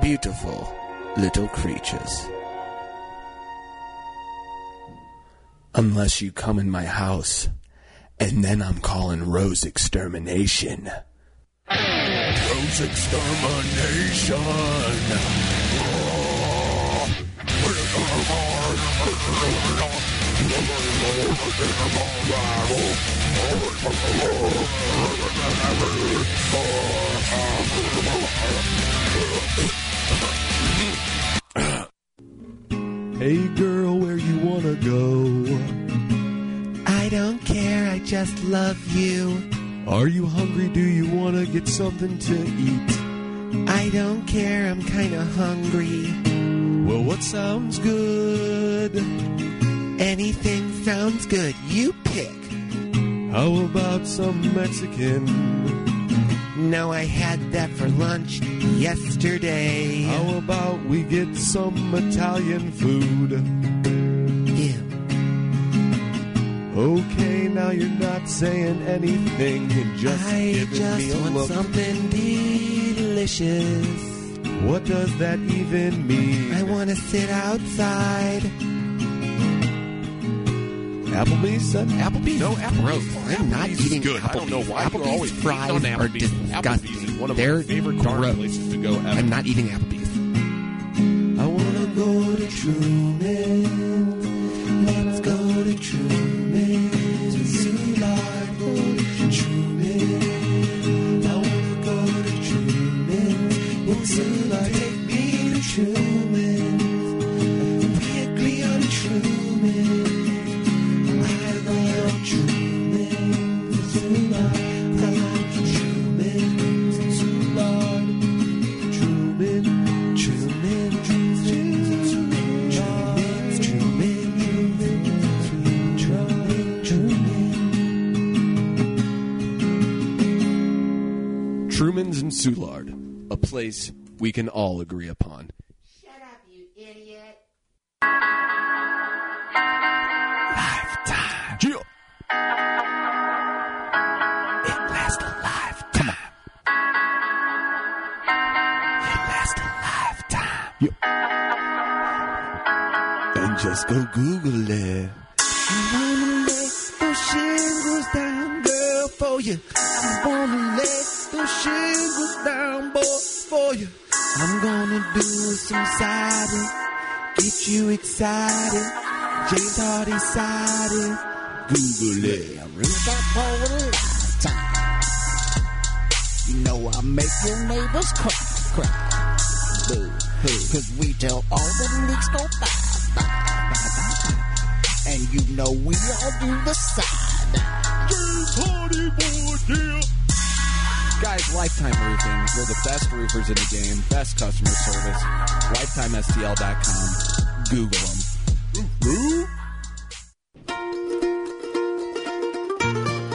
S10: beautiful little creatures. Unless you come in my house, and then I'm calling Rose Extermination.
S11: Rose
S5: Hey girl, where you wanna go?
S10: I don't care, I just love you.
S5: Are you hungry? Do you wanna get something to eat?
S10: I don't care, I'm kinda hungry.
S5: Well, what sounds good?
S10: Anything sounds good, you pick.
S5: How about some Mexican?
S10: No, I had that for lunch yesterday.
S5: How about we get some Italian food?
S10: Ew.
S5: Okay, now you're not saying anything and just
S10: I
S5: giving me
S10: just
S5: a
S10: want
S5: look.
S10: something delicious.
S5: What does that even mean?
S10: I want to sit outside.
S5: Applebee's. Son?
S10: Applebee's.
S11: No, Applebee's.
S10: I'm not
S11: Applebee's is
S10: eating
S11: good.
S10: Applebee's.
S11: I don't know why you're
S10: Applebee's
S11: always hating
S10: fries
S11: on
S10: are
S11: Applebee's.
S10: disgusting.
S11: Applebee's is one of my
S10: They're
S11: favorite darn
S10: gross.
S11: places to go ever.
S10: I'm not eating Applebee's.
S5: I wanna go to Truman. Let's go to Truman to see life. Go to Truman. I wanna go to Truman. We'll see life. Take me to Truman. We agree on Truman. I love Truman. Zula. I love Truman. Zula. Truman, Truman, Truman, Truman, Truman, Truman, Truman.
S11: Truman's and Soulard, a place we can all agree upon.
S5: Yeah.
S11: And just go Google it.
S10: I'm gonna do some siding. Get you excited. James Hardy sided.
S11: Google it.
S12: You know I make your neighbors cry, cry. Boo, hoo. Cause we tell all the leaks go bye, bye, bye, bye, bye. And you know we all do the side.
S4: Guys, Lifetime Roofing. We're the best roofers in the game, best customer service. LifetimeSTL.com. Google them.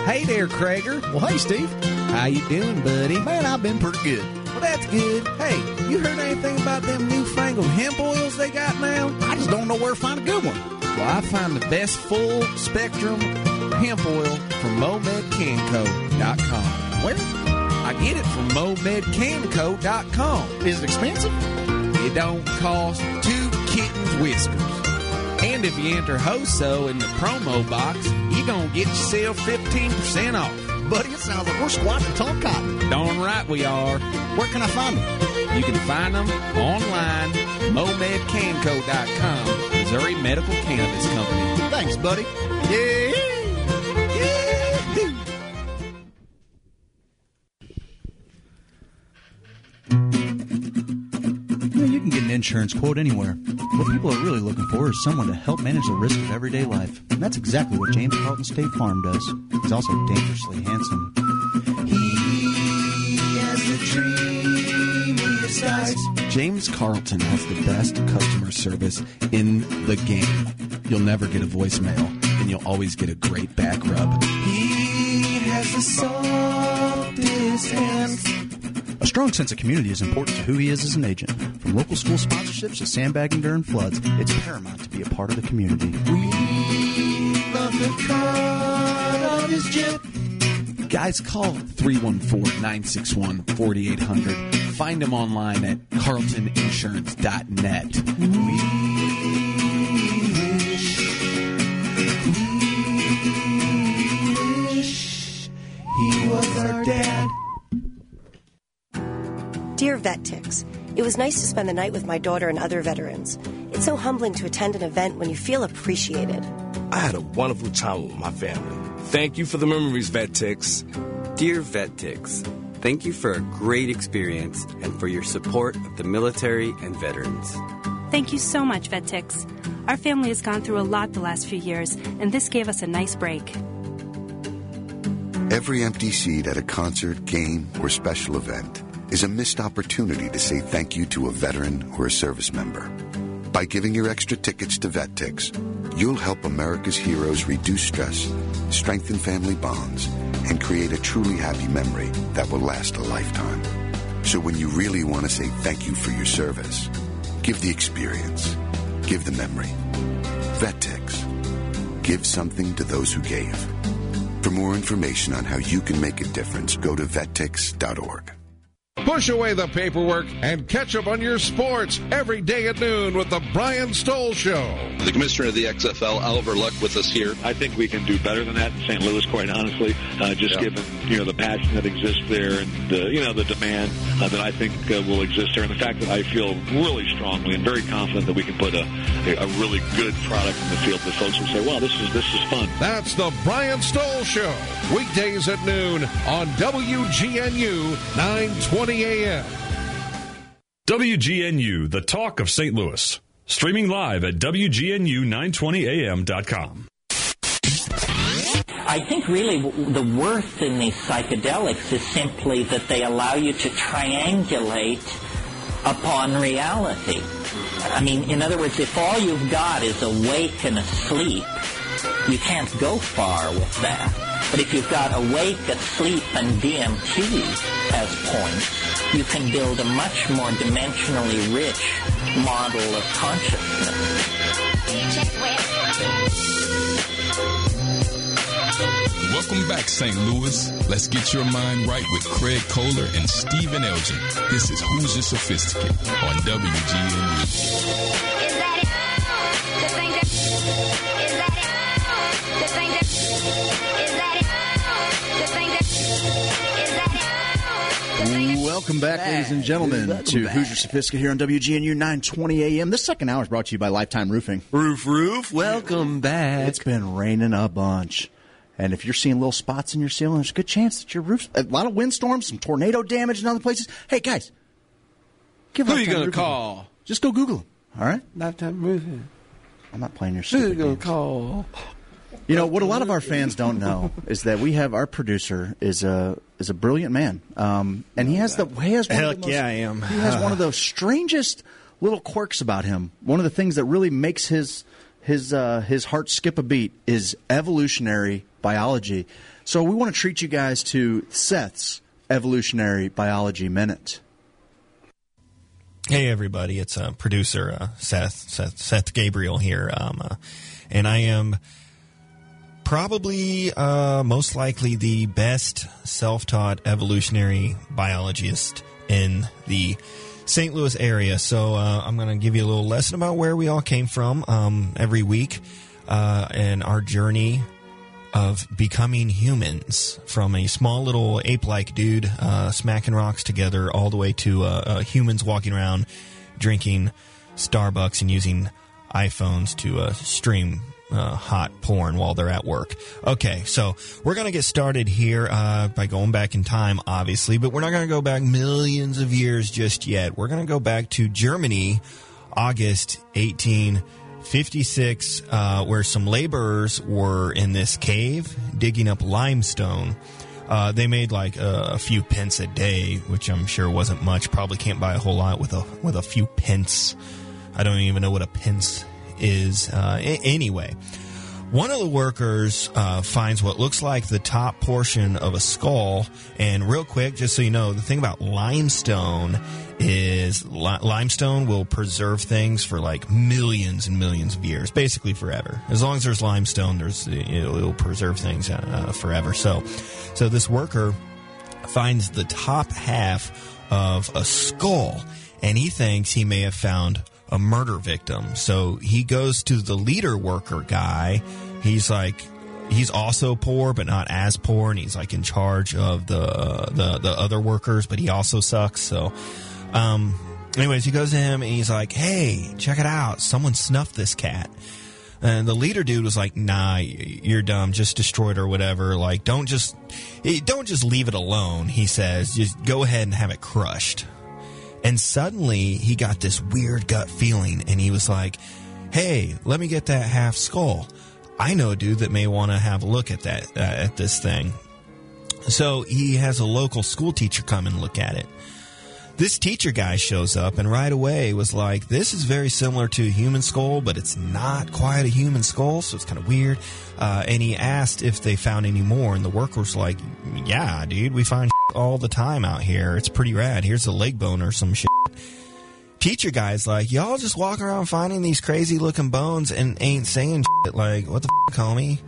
S10: Hey there, Krager.
S3: Well, hey, Steve.
S10: How you doing, buddy?
S3: Man, I've been pretty good.
S10: Well, that's good. Hey, you heard anything about them newfangled hemp oils they got now?
S3: I just don't know where to find a good one.
S10: Well, I find the best full spectrum hemp oil from MomedCanco.com.
S3: Where?
S10: I get it from MomedCanco.com.
S3: Is it expensive?
S10: It don't cost two kittens whiskers. And if you enter HOSO in the promo box, you gonna get yourself 15% off.
S3: Buddy, it sounds like we're squatting tall cotton.
S10: Darn right we are.
S3: Where can I find it?
S10: You can find them online, momedcanco.com, Missouri Medical Cannabis Company.
S3: Thanks, buddy. Yeah. You, know, you can get an insurance quote anywhere. What people are really looking for is someone to help manage the risk of everyday life. And that's exactly what James Carlton State Farm does. He's also dangerously handsome.
S4: James Carlton has the best customer service in the game. You'll never get a voicemail, and you'll always get a great back rub.
S3: A strong sense of community is important to who he is as an agent. From local school sponsorships to sandbagging during floods, it's paramount to be a part of the community.
S10: Love the cut of his jet.
S4: Guys, call 314 961 4800. Find them online at carltoninsurance.net.
S13: He was our dad.
S14: Dear Vet Ticks, it was nice to spend the night with my daughter and other veterans. It's so humbling to attend an event when you feel appreciated.
S15: I had a wonderful time with my family. Thank you for the memories, VetTix.
S16: Dear VetTix, thank you for a great experience and for your support of the military and veterans.
S17: Thank you so much, VetTix. Our family has gone through a lot the last few years, and this gave us a nice break.
S10: <laughs> Every empty seat at a concert, game, or special event is a missed opportunity to say thank you to a veteran or a service member. By giving your extra tickets to VetTix, you'll help America's heroes reduce stress, strengthen family bonds, and create a truly happy memory that will last a lifetime. So when you really want to say thank you for your service, give the experience, give the memory. VetTix. Give something to those who gave. For more information on how you can make a difference, go to vettix.org.
S2: Push away the paperwork and catch up on your sports every day at noon with the Brian Stoll Show.
S18: The commissioner of the XFL, Oliver Luck, with us here.
S7: I think we can do better than that in St. Louis, quite honestly. Uh, just given you know the passion that exists there, and uh, you know the demand uh, that I think uh, will exist there, and the fact that I feel really strongly and very confident that we can put a, a really good product in the field that folks will say, "Wow, this is this is fun."
S2: That's the Brian Stoll Show. Weekdays at noon on WGNU 920 AM.
S19: WGNU, the talk of St. Louis. Streaming live at WGNU920AM.com.
S20: I think really w- the worth in these psychedelics is simply that they allow you to triangulate upon reality. I mean, in other words, if all you've got is awake and asleep, you can't go far with that. But if you've got awake, asleep, and DMT as points, you can build a much more dimensionally rich model of consciousness.
S21: Welcome back, St. Louis. Let's get your mind right with Craig Kohler and Stephen Elgin. This is Who's Your Sophisticate on WGNU.
S3: Welcome back, ladies and gentlemen, to Hoosier Sophisticate here on WGNU 920 AM. This second hour is brought to you by Lifetime Roofing.
S22: Roof, roof. Welcome back.
S3: It's been raining a bunch. And if you're seeing little spots in your ceiling, there's a good chance that your roof's a lot of windstorms, some tornado damage in other places. Hey, guys,
S23: Who are you
S3: Lifetime
S23: gonna
S3: Roofing-
S23: call?
S3: Just go Google them, all right?
S23: Lifetime Roofing.
S3: I'm not playing your
S23: Who are you
S3: stupid
S23: gonna
S3: game.
S23: call?
S3: You know what? A lot of our fans don't know is that we have our producer is a is a brilliant man, um, and he has the he has one
S22: Heck
S3: of the most,
S22: yeah, I am.
S3: He has one of those strangest little quirks about him. One of the things that really makes his his uh, his heart skip a beat is evolutionary biology. So we want to treat you guys to Seth's evolutionary biology minute.
S5: Hey everybody, it's uh, producer uh, Seth, Seth Seth Gabriel here, um, uh, and I am probably uh, most likely the best self-taught evolutionary biologist in the St. Louis area. So uh, I'm going to give you a little lesson about where we all came from um, every week uh, and our journey of becoming humans from a small little ape-like dude uh, smacking rocks together all the way to uh, uh, humans walking around drinking Starbucks and using iPhones to uh, stream uh, hot porn while they're at work. Okay, so we're going to get started here uh, by going back in time, obviously, but we're not going to go back millions of years just yet. We're going to go back to Germany, August 1856, uh, where some laborers were in this cave digging up limestone. Uh, they made like a, a few pence a day, which I'm sure wasn't much. Probably can't buy a whole lot with a with a few pence. I don't even know what a pence is. Uh, a- anyway, One of the workers uh, finds what looks like the top portion of a skull. And real quick, just so you know, the thing about limestone is li- limestone will preserve things for like millions and millions of years, basically forever. As long as there's limestone, there's it'll, it'll preserve things uh, forever. So, so this worker finds the top half of a skull and he thinks he may have found a murder victim. So he goes to the leader worker guy. He's like, he's also poor, but not as poor, and he's like in charge of the the, the other workers, but he also sucks. So, um, anyways, he goes to him and he's like, "Hey, check it out! Someone snuffed this cat." And the leader dude was like, "Nah, you're dumb. Just destroy it or whatever. Like, don't just eh, don't just leave it alone." He says, "Just go ahead and have it crushed." And suddenly, he got this weird gut feeling, and he was like, "Hey, let me get that half skull. I know a dude that may want to have a look at that uh, at this thing." So he has a local school teacher come and look at it. This teacher guy shows up and right away was like, This is very similar to a human skull, but it's not quite a human skull, so it's kind of weird. Uh, and he asked if they found any more, and the worker was like, Yeah, dude, we find <laughs> all the time out here. It's pretty rad. Here's a leg bone or some shit. Teacher guy's like, Y'all just walk around finding these crazy looking bones and ain't saying <laughs> shit. Like, what the f, homie?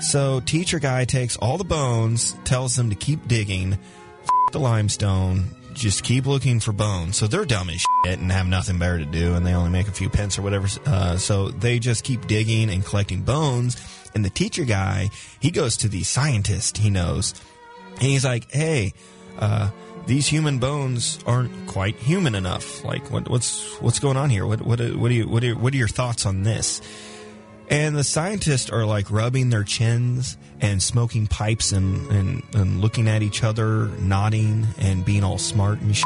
S5: So teacher guy takes all the bones, tells them to keep digging, f- the limestone, just keep looking for bones. So they're dumb as shit and have nothing better to do, and they only make a few pence or whatever. Uh, so they just keep digging and collecting bones. And the teacher guy, he goes to the scientist he knows, and he's like, "Hey, uh, these human bones aren't quite human enough. Like, what, what's what's going on here? What what what do you what are, what are your thoughts on this?" And the scientists are like rubbing their chins and smoking pipes and, and, and looking at each other, nodding and being all smart and shit.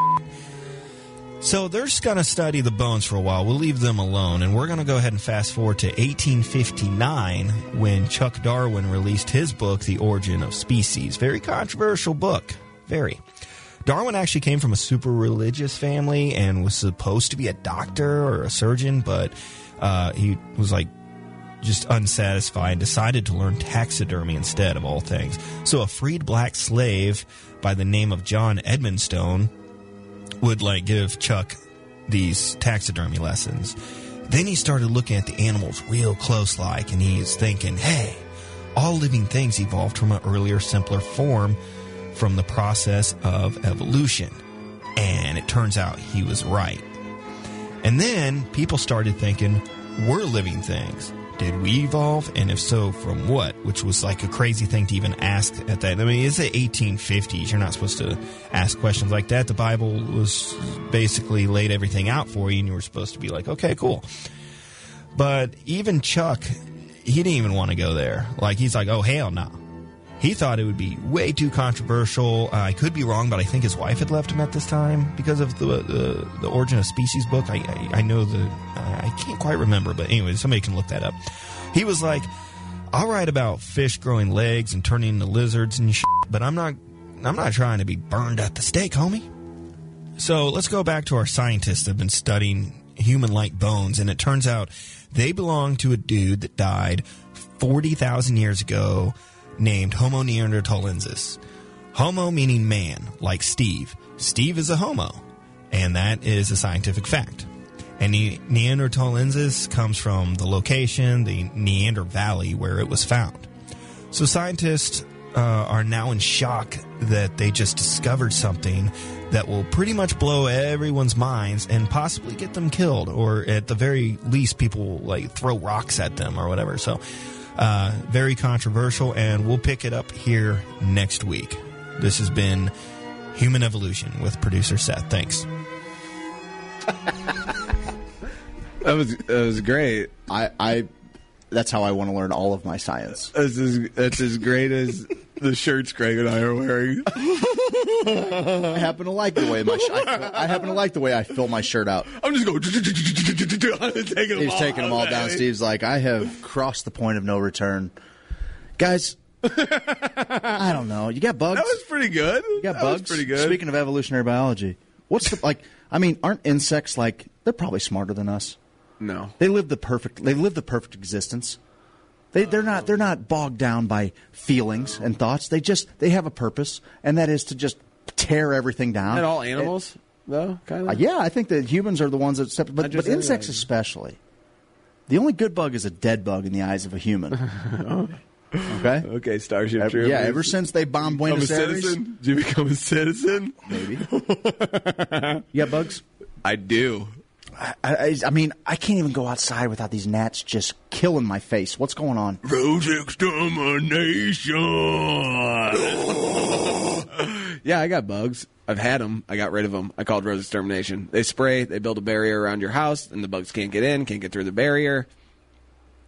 S5: So they're just going to study the bones for a while. We'll leave them alone. And we're going to go ahead and fast forward to 1859 when Chuck Darwin released his book, The Origin of Species. Very controversial book. Very. Darwin actually came from a super religious family and was supposed to be a doctor or a surgeon, but uh, he was like just unsatisfied and decided to learn taxidermy instead of all things. So a freed black slave by the name of John Edmonstone would like give Chuck these taxidermy lessons. Then he started looking at the animals real close like and he's thinking, "Hey, all living things evolved from an earlier simpler form from the process of evolution." And it turns out he was right. And then people started thinking, "We're living things." Did we evolve? And if so, from what? Which was like a crazy thing to even ask at that. I mean, it's the 1850s. You're not supposed to ask questions like that. The Bible was basically laid everything out for you, and you were supposed to be like, okay, cool. But even Chuck, he didn't even want to go there. Like, he's like, oh, hell no. He thought it would be way too controversial. Uh, I could be wrong, but I think his wife had left him at this time because of the uh, the Origin of Species book. I I, I know the I can't quite remember, but anyway, somebody can look that up. He was like, "I'll write about fish growing legs and turning into lizards and shit, but I'm not I'm not trying to be burned at the stake, homie." So let's go back to our scientists that have been studying human-like bones, and it turns out they belong to a dude that died forty thousand years ago named Homo neanderthalensis. Homo meaning man, like Steve. Steve is a homo, and that is a scientific fact. And ne- neanderthalensis comes from the location, the Neander Valley, where it was found. So scientists uh, are now in shock that they just discovered something that will pretty much blow everyone's minds and possibly get them killed, or at the very least, people will like throw rocks at them or whatever. So uh, very controversial, and we'll pick it up here next week. This has been Human Evolution with producer Seth. Thanks.
S4: That was that was great.
S3: I, I that's how I want to learn all of my science.
S4: That's as, that's as great as the shirts Greg and I are wearing.
S3: I happen to like the way my sh- I, fill- I happen to like the way I fill my shirt out.
S4: I'm just going. taking
S3: He's taking them all down. Steve's like, I have crossed the point of no return, guys. I don't know. You got bugs.
S4: That was pretty good.
S3: You got
S4: That was
S3: bugs.
S4: pretty good.
S3: Speaking of evolutionary biology, what's the like? I mean, aren't insects like they're probably smarter than us?
S4: No.
S3: They live the perfect. They live the perfect existence. They, they're not they're not bogged down by feelings and thoughts. They just they have a purpose, and that is to just tear everything down.
S4: And all animals, though, kind of.
S3: Uh, yeah, I think that humans are the ones that step, but,
S4: just
S3: but
S4: said
S3: insects
S4: that.
S3: especially. The only good bug is a dead bug in the eyes of a
S4: <laughs>
S3: human. okay.
S4: Okay, Starship
S3: Ever-
S4: Troopers.
S3: yeah, ever since they bombed Buenos
S4: Become a
S3: Aires.
S4: citizen? Did you become a citizen? Maybe.
S3: yeah, bugs.
S4: I do.
S3: I, I, I mean, I can't even go outside without these gnats just killing my face. What's going on?
S4: Road extermination. <laughs> yeah, I got bugs. I've had them. I got rid of them. I called road extermination. They spray. They build a barrier around your house, and the bugs can't get in. Can't get through the barrier.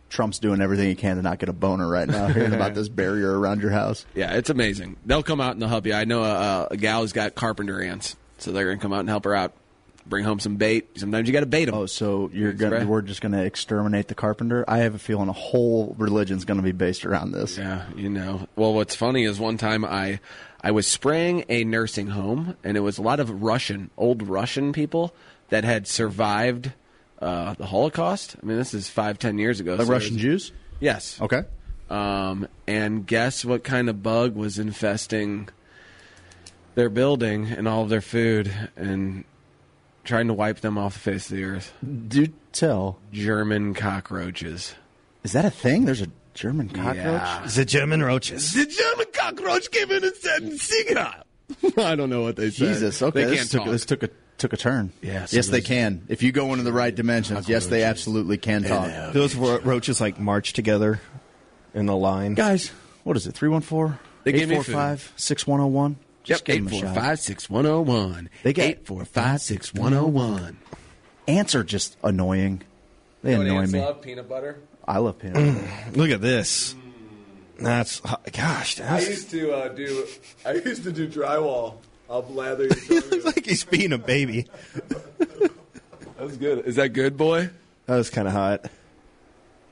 S3: Trump's doing everything he can to not get a boner right now, hearing
S4: <laughs>
S3: about this barrier around your house.
S4: Yeah, it's amazing. They'll come out and they'll help you. I know uh, a, a gal who's got carpenter ants, so they're gonna come out and help her out. Bring home some bait. Sometimes you got to bait them. Oh,
S3: so you're Gonna, we're just going to exterminate the carpenter. I have a feeling a whole religion's going to be based around this.
S4: Yeah, you know. Well, what's funny is one time I I was spraying a nursing home, and it was a lot of Russian, old Russian people that had survived uh, the Holocaust. I mean, this is five, ten years ago.
S3: Like
S4: so
S3: Russian
S4: it's-
S3: Jews?
S4: Yes.
S3: Okay.
S4: Um, and guess what kind of bug was infesting their building and all of their food and trying to wipe them off the face of the earth?
S3: Do tell.
S4: German cockroaches.
S3: Is that a thing? There's a German cockroach?
S4: Yeah.
S3: The German roaches.
S4: The German cockroach came in and said, "Sigra." <laughs> I don't know what they said.
S3: Jesus, okay.
S4: They
S3: this,
S4: can't
S3: took,
S4: talk.
S3: this took a took a turn.
S4: Yeah, so
S3: yes, they
S4: there's-
S3: can. If you go into the right dimensions, yes, they absolutely can talk.
S5: Those ro- roaches like march together in a line.
S3: Guys, what is it? 314
S5: They gave me
S3: 845 6101. Just
S4: Yep,
S3: give them a shot.
S4: 845-6101.
S3: They got
S4: 845-6101.
S3: Ants are just annoying. They annoy me.
S4: peanut butter.
S3: I love peanut butter.
S5: Look at this. That's gosh. That's, <laughs>
S1: to uh, do I used to do drywall. I'll blather you.
S4: <laughs>
S5: he looks like he's being a baby.
S4: That was good. Is that good, boy?
S5: <clears throat> That was kind of hot.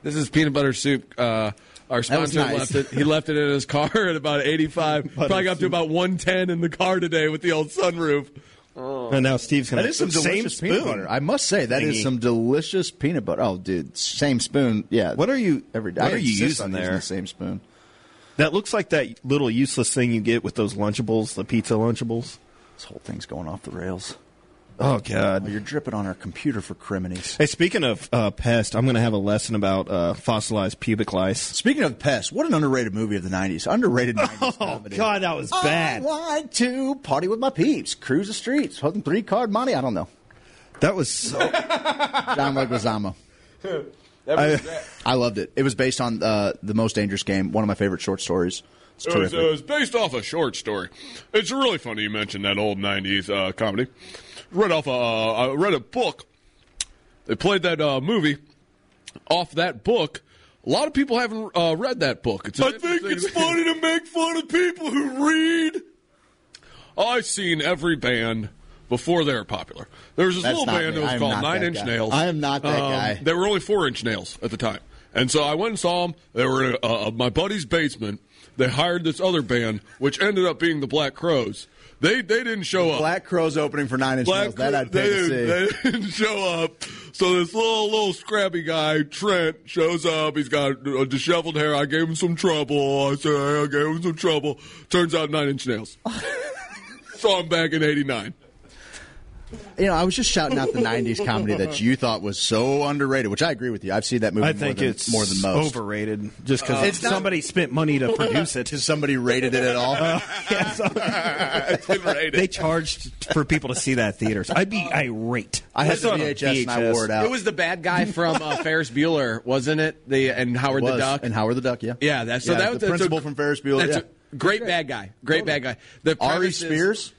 S4: This is peanut butter soup. Uh, our
S5: That was
S4: sponsor left
S5: nice.
S4: it. He left it in his car at about
S3: <laughs>
S4: 85. probably got up to about 110 in the car today with the old sunroof. Oh.
S5: And now Steve's gonna
S3: That is some
S5: same
S3: delicious peanut
S5: spoon.
S3: butter. I must say that is
S5: Thingy.
S3: some delicious peanut butter. Oh, dude, same spoon. Yeah. What
S5: are you
S3: every day?
S5: what
S3: I
S5: are you
S3: insist on
S5: using
S3: using
S5: there?
S3: the same spoon.
S5: That looks like that little useless thing you get with those Lunchables, the pizza Lunchables.
S3: This whole thing's going off the rails.
S5: Oh God!
S3: you're dripping on our computer for criminies.
S5: Hey, speaking of uh, pest, I'm going to have a lesson about uh, fossilized pubic lice.
S3: Speaking of pests, what an underrated movie of the '90s. Underrated. 90s oh
S5: God, that was
S3: I want to party with my peeps, cruise the streets, holding three card money. I don't know.
S5: That was so.
S3: <laughs> John Leguizamo.
S4: was
S3: I, I loved it. It was based on uh, the most dangerous game. One of my favorite short stories. It's
S8: It was, uh,
S3: terrific.
S8: it was based off a short story. It's really funny you mentioned that old '90s uh, comedy. Read off a, uh, I read a book. They played that uh, movie off that book. A lot of people haven't uh, read that book. It's
S9: I think it's funny to make fun of people who read.
S8: I've seen every band before they were popular. There was this
S9: That's
S8: little
S9: not
S8: band
S9: me.
S8: that
S9: I
S8: was
S9: am
S8: called
S9: not
S8: Nine
S9: that
S8: Inch
S9: guy.
S8: Nails. Um,
S9: I am not that guy.
S8: They were only four inch nails at the time, and so I went and saw them. They were in uh, my buddy's basement. They hired this other band, which ended up being the Black Crows. They they didn't show up.
S3: Black Crow's opening for Nine Inch Nails. That I'd pay
S8: they,
S3: to see.
S8: didn't- they <laughs> didn't show up. So this little little scrappy guy, Trent, shows up. He's got uh, disheveled hair. I gave him some trouble. I said "Hey, I gave him some trouble. Turns out nine inch
S4: <laughs>
S8: nails. Saw him back in '89.
S3: You know, I was just shouting out the '90s comedy that you thought was so underrated, which I agree with you. I've seen that movie.
S5: I think
S3: more than,
S5: it's
S3: more than most.
S5: overrated just
S3: Uh,
S5: because
S3: it's not-
S5: somebody spent
S4: <laughs>
S5: money to produce it.
S3: somebody rated it at all?
S5: they charged for people to see that in theaters. I'd be irate.
S3: I had
S5: That's
S3: the
S5: on a
S3: VHS and I wore it out.
S4: It was the bad guy from uh, Ferris Bueller, wasn't it? The and Howard the
S3: was,
S4: Duck.
S3: and Howard the Duck. Yeah,
S4: Yeah, that's so
S3: Yeah,
S4: that
S3: the
S4: was that's
S3: principal
S4: a,
S3: from Ferris Bueller,
S4: that's
S3: yeah.
S4: a great bad guy. Great bad guy. The
S3: Ari
S4: premise is-
S3: Spears.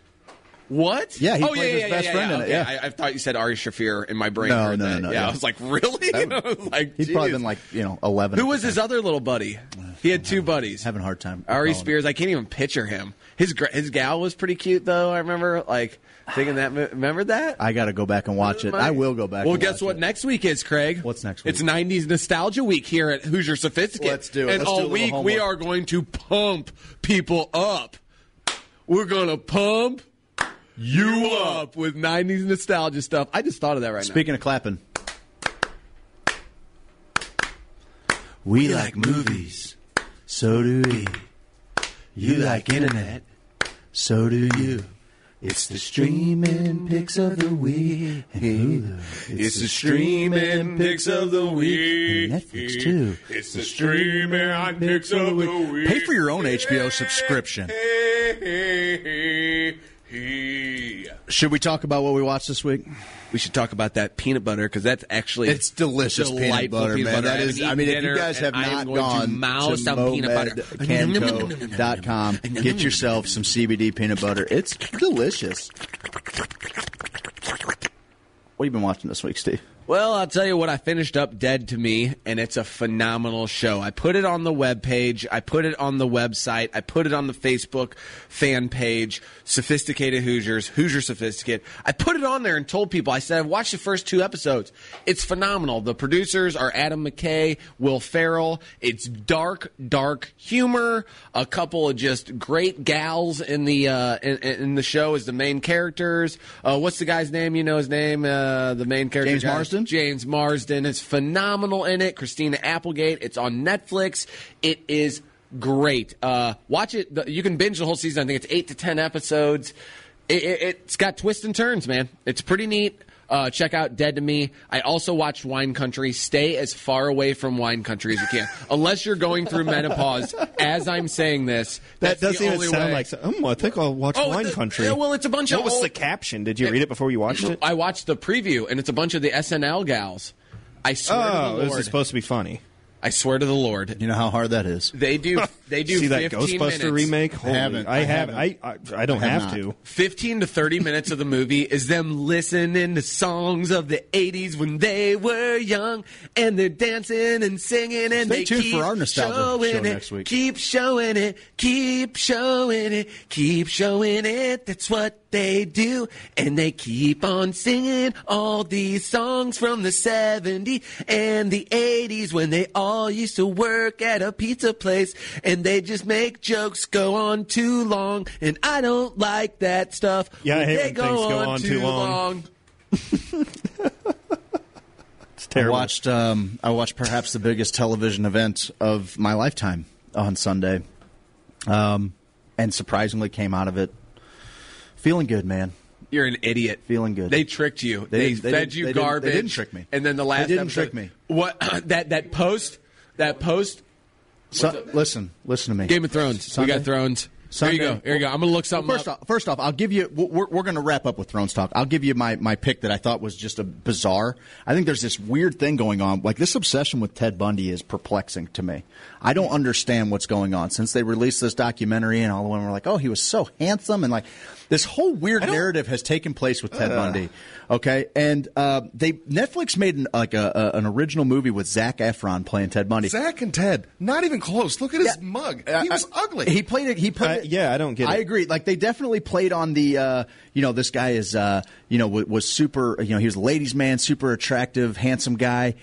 S4: What?
S3: Yeah, he
S4: oh,
S3: played
S4: yeah,
S3: his
S4: yeah,
S3: best
S4: yeah,
S3: friend
S4: yeah,
S3: in it,
S4: okay.
S3: yeah.
S4: I, I thought you said Ari Shafir in my brain.
S3: No,
S4: heard
S3: no,
S4: that.
S3: no,
S4: Yeah,
S3: yeah.
S4: I was like, really? <laughs> I was like,
S3: He'd probably
S4: "Jeez."
S3: been like you know eleven.
S4: Who was his other little buddy? He had two buddies.
S3: Having a hard time.
S4: Ari
S3: recalling.
S4: Spears. I can't even picture him. His gra- his gal was pretty cute though. I remember like thinking that. mo- Remember that?
S3: I got to go back and watch it.
S4: My-
S3: I will go back.
S4: Well,
S3: and
S4: guess what? Next week is Craig. What's
S3: next
S4: It's '90s nostalgia week here at Hoosier Sophisticate.
S3: Let's do it.
S4: And
S3: Let's do a
S4: all
S3: little
S4: week we
S3: homework.
S4: are going to pump people up. We're gonna pump you up with '90s nostalgia stuff. I just thought of that right now.
S3: Speaking of clapping,
S10: We like movies, so do we. You like internet, so do you. It's the streaming picks of the week. and Hulu.
S9: It's the streaming picks of the week.
S10: And Netflix, too.
S9: It's the streaming picks of the week.
S3: Pay for your own HBO subscription.
S4: Should we talk about what we watched this week? We should <laughs> talk about that peanut butter because that's actually
S3: It's delicious peanut
S4: delightful
S3: butter, man. That
S4: haven't
S3: is-
S4: eaten
S3: I mean, if you
S4: dinner,
S3: guys have
S4: and I am
S3: not
S4: going to
S3: gone
S4: mouse
S3: to
S4: down peanut butter. <laughs>
S3: Canco.com. Get yourself some CBD peanut butter. It's delicious. What have you been watching this week, Steve?
S4: Well, I'll tell you what, I finished up Dead to Me, and it's a phenomenal show. I put it on the webpage, I put it on the website, I put it on the Facebook fan page, Sophisticated Hoosiers, Hoosier Sophisticate. I put it on there and told people, I said, I've watched the first two episodes. It's phenomenal. The producers are Adam McKay, Will Farrell. It's dark, dark humor. A couple of just great gals in the uh, in, in the show as the main characters. Uh, what's the guy's name? You know his name? Uh, the main character.
S3: James
S4: guy?
S3: Marsden?
S4: James Marsden is phenomenal in it. Christina Applegate. It's on Netflix. It is great. Uh, watch it. The- You can binge the whole season. I think it's eight to ten episodes. It, it, has got twists and turns, man. It's pretty neat. Uh, check out Dead to Me. I also watched Wine Country. Stay as far away from Wine Country as you
S3: <laughs>
S4: can, unless you're going through menopause. As I'm saying this, that's
S5: That
S4: the
S5: doesn't even
S4: only
S5: sound
S4: way.
S5: like. Um, I think I'll watch
S4: Oh,
S5: Wine
S4: the-
S5: Country.
S4: yeah, well, it's a bunch
S5: what
S4: of
S5: What was
S4: old-
S5: the caption? Did you read it before you watched it?
S4: I watched the preview, and it's a bunch of the SNL gals. I swear to
S5: Oh,
S4: the
S5: this
S4: Lord,
S5: is supposed to be funny.
S4: I swear to the Lord.
S3: You know how hard that is.
S4: they do. They do.
S5: See that
S4: 15
S5: Ghostbuster
S4: minutes.
S5: remake? Holy, I haven't. I I, I don't
S4: I
S5: have,
S4: have
S5: to.
S4: Fifteen to thirty minutes of the movie is them listening to songs of the '80s when they were young, and they're dancing and singing, and
S3: Stay
S4: they
S3: tuned
S4: keep
S3: for our nostalgia
S4: showing
S3: show
S4: it,
S3: next week.
S4: keep showing it, keep showing it, keep showing it. That's what they do, and they keep on singing all these songs from the '70s and the '80s when they all used to work at a pizza place, and they just make jokes go on too long, and I don't like that stuff.
S5: Yeah, I hate
S4: they
S5: when things go on too long.
S3: It's terrible. I watched. Um, I watched perhaps the biggest television event of my lifetime on Sunday, um, and surprisingly came out of it feeling good, man.
S4: You're an idiot.
S3: Feeling good.
S4: They tricked you.
S3: They
S4: They,
S3: didn't- they
S4: fed
S3: didn't-
S4: you
S3: they didn't- they
S4: garbage.
S3: didn't trick me.
S4: And then the
S3: They
S4: last
S3: didn't
S4: episode-
S3: trick me.
S4: What <laughs> that that post that post
S3: So, listen, listen to me.
S4: Game of Thrones. We got Thrones.
S3: Sunday.
S4: Here you go. Here you go. I'm gonna look something
S3: First
S4: up.
S3: off, first off, I'll give you. We're, we're going to wrap up with Thrones talk. I'll give you my, my pick that I thought was just a bizarre. I think there's this weird thing going on. Like this obsession with Ted Bundy is perplexing to me. I don't understand what's going on since they released this documentary and all the women were like, "Oh, he was so handsome," and like this whole weird narrative has taken place with Ted
S5: Ugh.
S3: Bundy. Okay, and uh, they Netflix made an, like a, a, an original movie with Zach Efron playing Ted Bundy.
S5: Zac
S3: and Ted, not even close. Look at his mug. He was ugly. He played it. He played
S5: Uh,
S3: it.
S5: yeah, I don't get
S3: I
S5: it.
S3: agree. Like they definitely played on the, uh, you know, this guy is, uh, you know, w- was super, you know, he was a ladies' man, super attractive, handsome guy.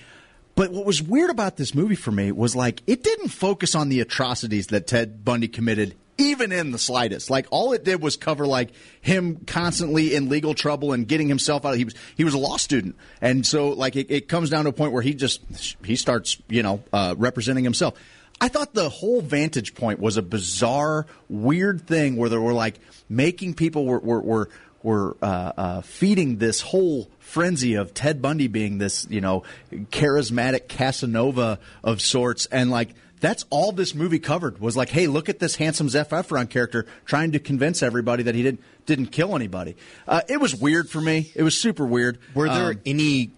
S3: But what was weird about this movie for me was like it didn't focus on the atrocities that Ted Bundy committed. Even in the slightest, like all it did was cover like him constantly in legal trouble and getting himself out. He was he was a law student, and so like it, it comes down to a point where he just he starts you know uh, representing himself. I thought the whole vantage point was a bizarre, weird thing where they were like making people were were were, were uh, uh, feeding this whole frenzy of Ted Bundy being this you know charismatic Casanova of sorts, and like that's all this movie covered was like, hey, look at this handsome Zeph Efron character trying to convince everybody that he didn't didn't kill anybody. Uh, it was weird for me. It was super weird. Um,
S5: Were there any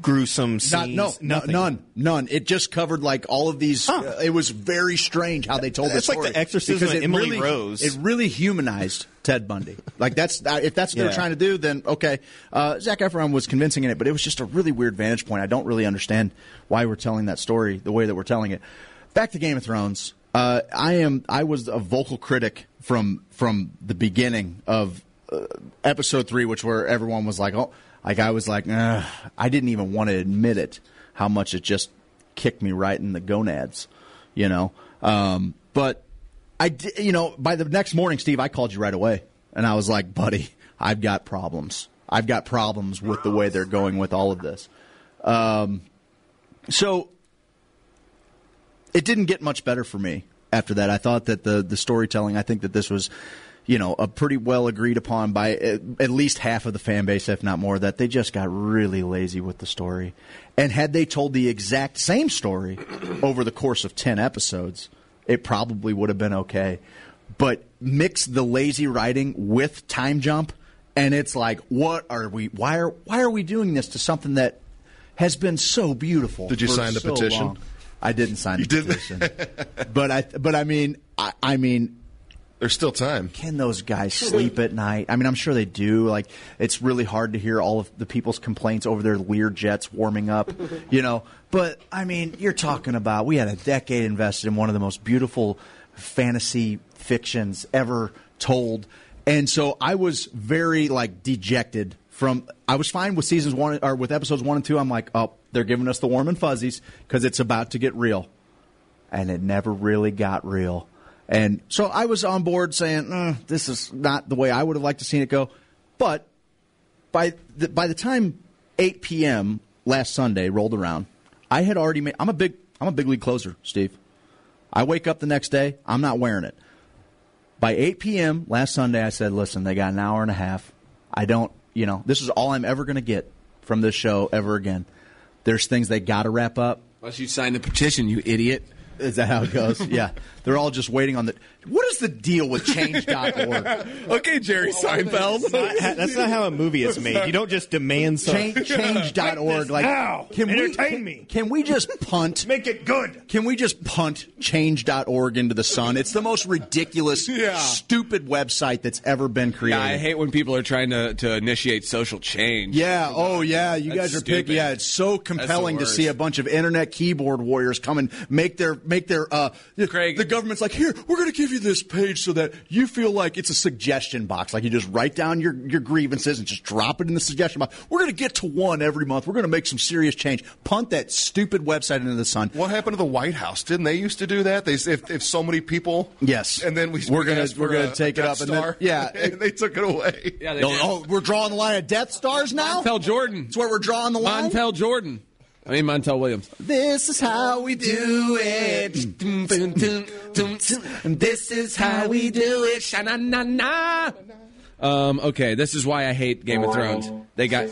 S5: gruesome
S3: Not,
S5: scenes?
S3: no, no,
S5: Nothing.
S3: none, none. It just covered like all of these. uh, it was very strange how they told
S5: That's
S3: the
S5: like
S3: story.
S5: The Exorcism
S3: because
S5: of
S3: it
S5: Emily
S3: really-
S5: Rose.
S3: It really humanized Ted Bundy. Like that's uh, if that's what
S5: Yeah.
S3: they're trying to do, then okay. Uh, Zach Efron was convincing in it, but it was just a really weird vantage point. I don't really understand why we're telling that story the way that we're telling it. Back to Game of Thrones. Uh, I am. I was a vocal critic from from the beginning of uh, episode three, which where everyone was like, oh, like I was like, "Ugh." I didn't even want to admit it. How much it just kicked me right in the gonads, you know. Um, but I, di- you know, by the next morning, Steve, I called you right away, and I was like, buddy, I've got problems. I've got problems with the way they're going with all of this. Um, so it didn't get much better for me after that. I thought that the the storytelling. I think that this was, you know, a pretty well agreed upon by at, at least half of the fan base, if not more. That they just got really lazy with the story, and had they told the exact same story <clears throat> over the course of ten episodes, it probably would have been okay. But mix the lazy writing with time jump, and it's like, what are we? Why are why are we doing this to something that has been so beautiful?
S1: Did you
S3: for
S1: sign the
S3: so
S1: petition?
S3: long? I didn't sign the petition, but I but I mean I, I mean
S1: there's still time.
S3: Can those guys sleep at night? I mean, I'm sure they do. Like it's really hard to hear all of the people's complaints over their Lear jets warming up, you know. But I mean, you're talking about we had a decade invested in one of the most beautiful fantasy fictions ever told, and so I was very like dejected from I was fine with seasons one or with episodes one and two. I'm like, oh, they're giving us the warm and fuzzies because it's about to get real, and it never really got real. And so I was on board saying "Mm, this is not the way I would have liked to seen it go. But by the, by the time 8 p.m. last Sunday rolled around, I had already made. I'm a big I'm a big league closer, Steve. I wake up the next day. I'm not wearing it. By 8 p.m. last Sunday, I said, "Listen, they got an hour and a half. I don't, you know, this is all I'm ever going to get from this show ever again. There's things they got to wrap up.
S4: Unless you sign the petition, you idiot.
S3: Is that how it goes? yeah, they're all just waiting on the. What is the deal with change.org?
S1: okay, Jerry Seinfeld.
S5: That's not how a movie is made. You don't just demand something.
S3: Change, change.org. Like,
S5: now. Entertain
S3: can,
S5: me.
S3: Can we just punt? Make
S5: it good.
S3: Can we just punt change.org into the sun? It's the most ridiculous, stupid website that's ever been created.
S4: Yeah, <laughs> I hate when people are trying to, to initiate social change.
S3: Yeah, Oh yeah. You
S4: That's
S3: guys are picking.
S4: stupid.
S3: Yeah. It's so compelling to
S4: worst.
S3: see a bunch of internet keyboard warriors come and make their make their. Uh, Craig. The government's like, here, we're going to give you this page so that you feel like it's a suggestion box. Like you just write down your your grievances and just drop it in the suggestion box. We're going to get to one every month. We're going to make some serious change. Punt that stupid website into the sun.
S1: What happened to the White House? Didn't they used to do that? They s- if, if so many people,
S3: Yes.
S1: and then we
S3: We're gonna-
S1: asked
S3: we're
S1: for
S3: gonna
S1: a
S3: take it
S1: Death
S3: up and then-
S1: Star,
S3: yeah.
S1: <laughs> and they took it away. Yeah,
S3: Oh, oh, we're drawing the line at Death Stars now.
S4: Montel Jordan.
S3: That's where we're drawing the line.
S4: Montel Jordan. I mean Montel Williams.
S3: This is how we do it.
S4: This is how we do it. Sha-na-na-na. Um, okay, this is why I hate Game of Thrones. They got.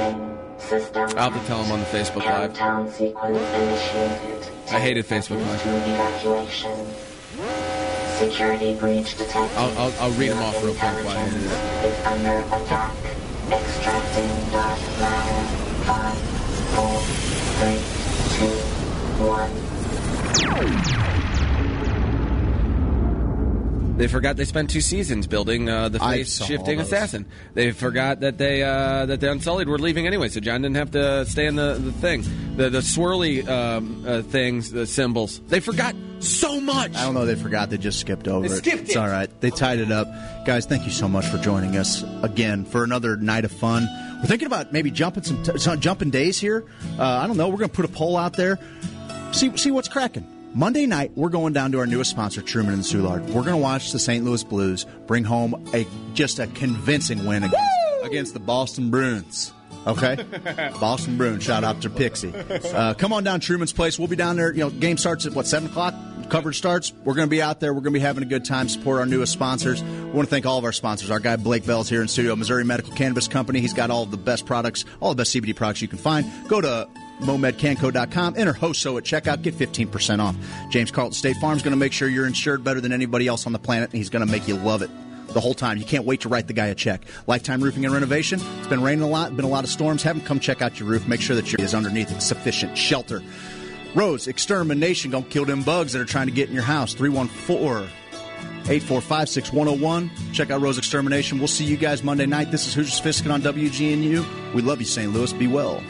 S4: I'll have to tell them on the Facebook Live. I hated Facebook Live.
S7: Security breach detected.
S4: I'll, I'll, I'll read them off real quick. Why I hated it.
S7: Is under attack. Extracting dot now. Five, four, three, two, one.
S4: They forgot they spent two seasons building uh, the
S3: I
S4: face
S3: saw
S4: shifting
S3: those.
S4: assassin. They forgot that they uh, that the Unsullied were leaving anyway, so John didn't have to stay in the, the thing. The the swirly um, uh, things, the symbols. They forgot so much.
S3: I don't know. They forgot. They just skipped over
S4: They
S3: it.
S4: skipped
S3: It's
S4: it.
S3: all right. They tied it up. Guys, thank you so much for joining us again for another night of fun. We're thinking about maybe jumping some, t- some jumping days here. Uh, I don't know. We're going to put a poll out there. See see what's cracking. Monday night, we're going down to our newest sponsor, Truman and Soulard. We're going to watch the St. Louis Blues bring home a just a convincing win against, against the Boston Bruins. Okay, Boston Bruins. Shout out to Pixie. Uh, come on down, Truman's Place. We'll be down there. You know, game starts at what seven o'clock. Coverage starts. We're going to be out there. We're going to be having a good time. Support our newest sponsors. We want to thank all of our sponsors. Our guy Blake Bell's here in studio, Missouri Medical Cannabis Company. He's got all of the best products, all the best CBD products you can find. Go to MomedCanco.com. Enter HOSO at checkout. Get 15% off. James Carlton State Farm's going to make sure you're insured better than anybody else on the planet, and he's going to make you love it the whole time. You can't wait to write the guy a check. Lifetime Roofing and Renovation. It's been raining a lot, been a lot of storms. Have them come check out your roof. Make sure that your is underneath sufficient shelter. Rose, extermination. Don't kill them bugs that are trying to get in your house. 314- 845 6101. Check out Rose Extermination. We'll see you guys Monday night. This is Hoosier Fiskin on WGNU. We love you, St. Louis. Be well.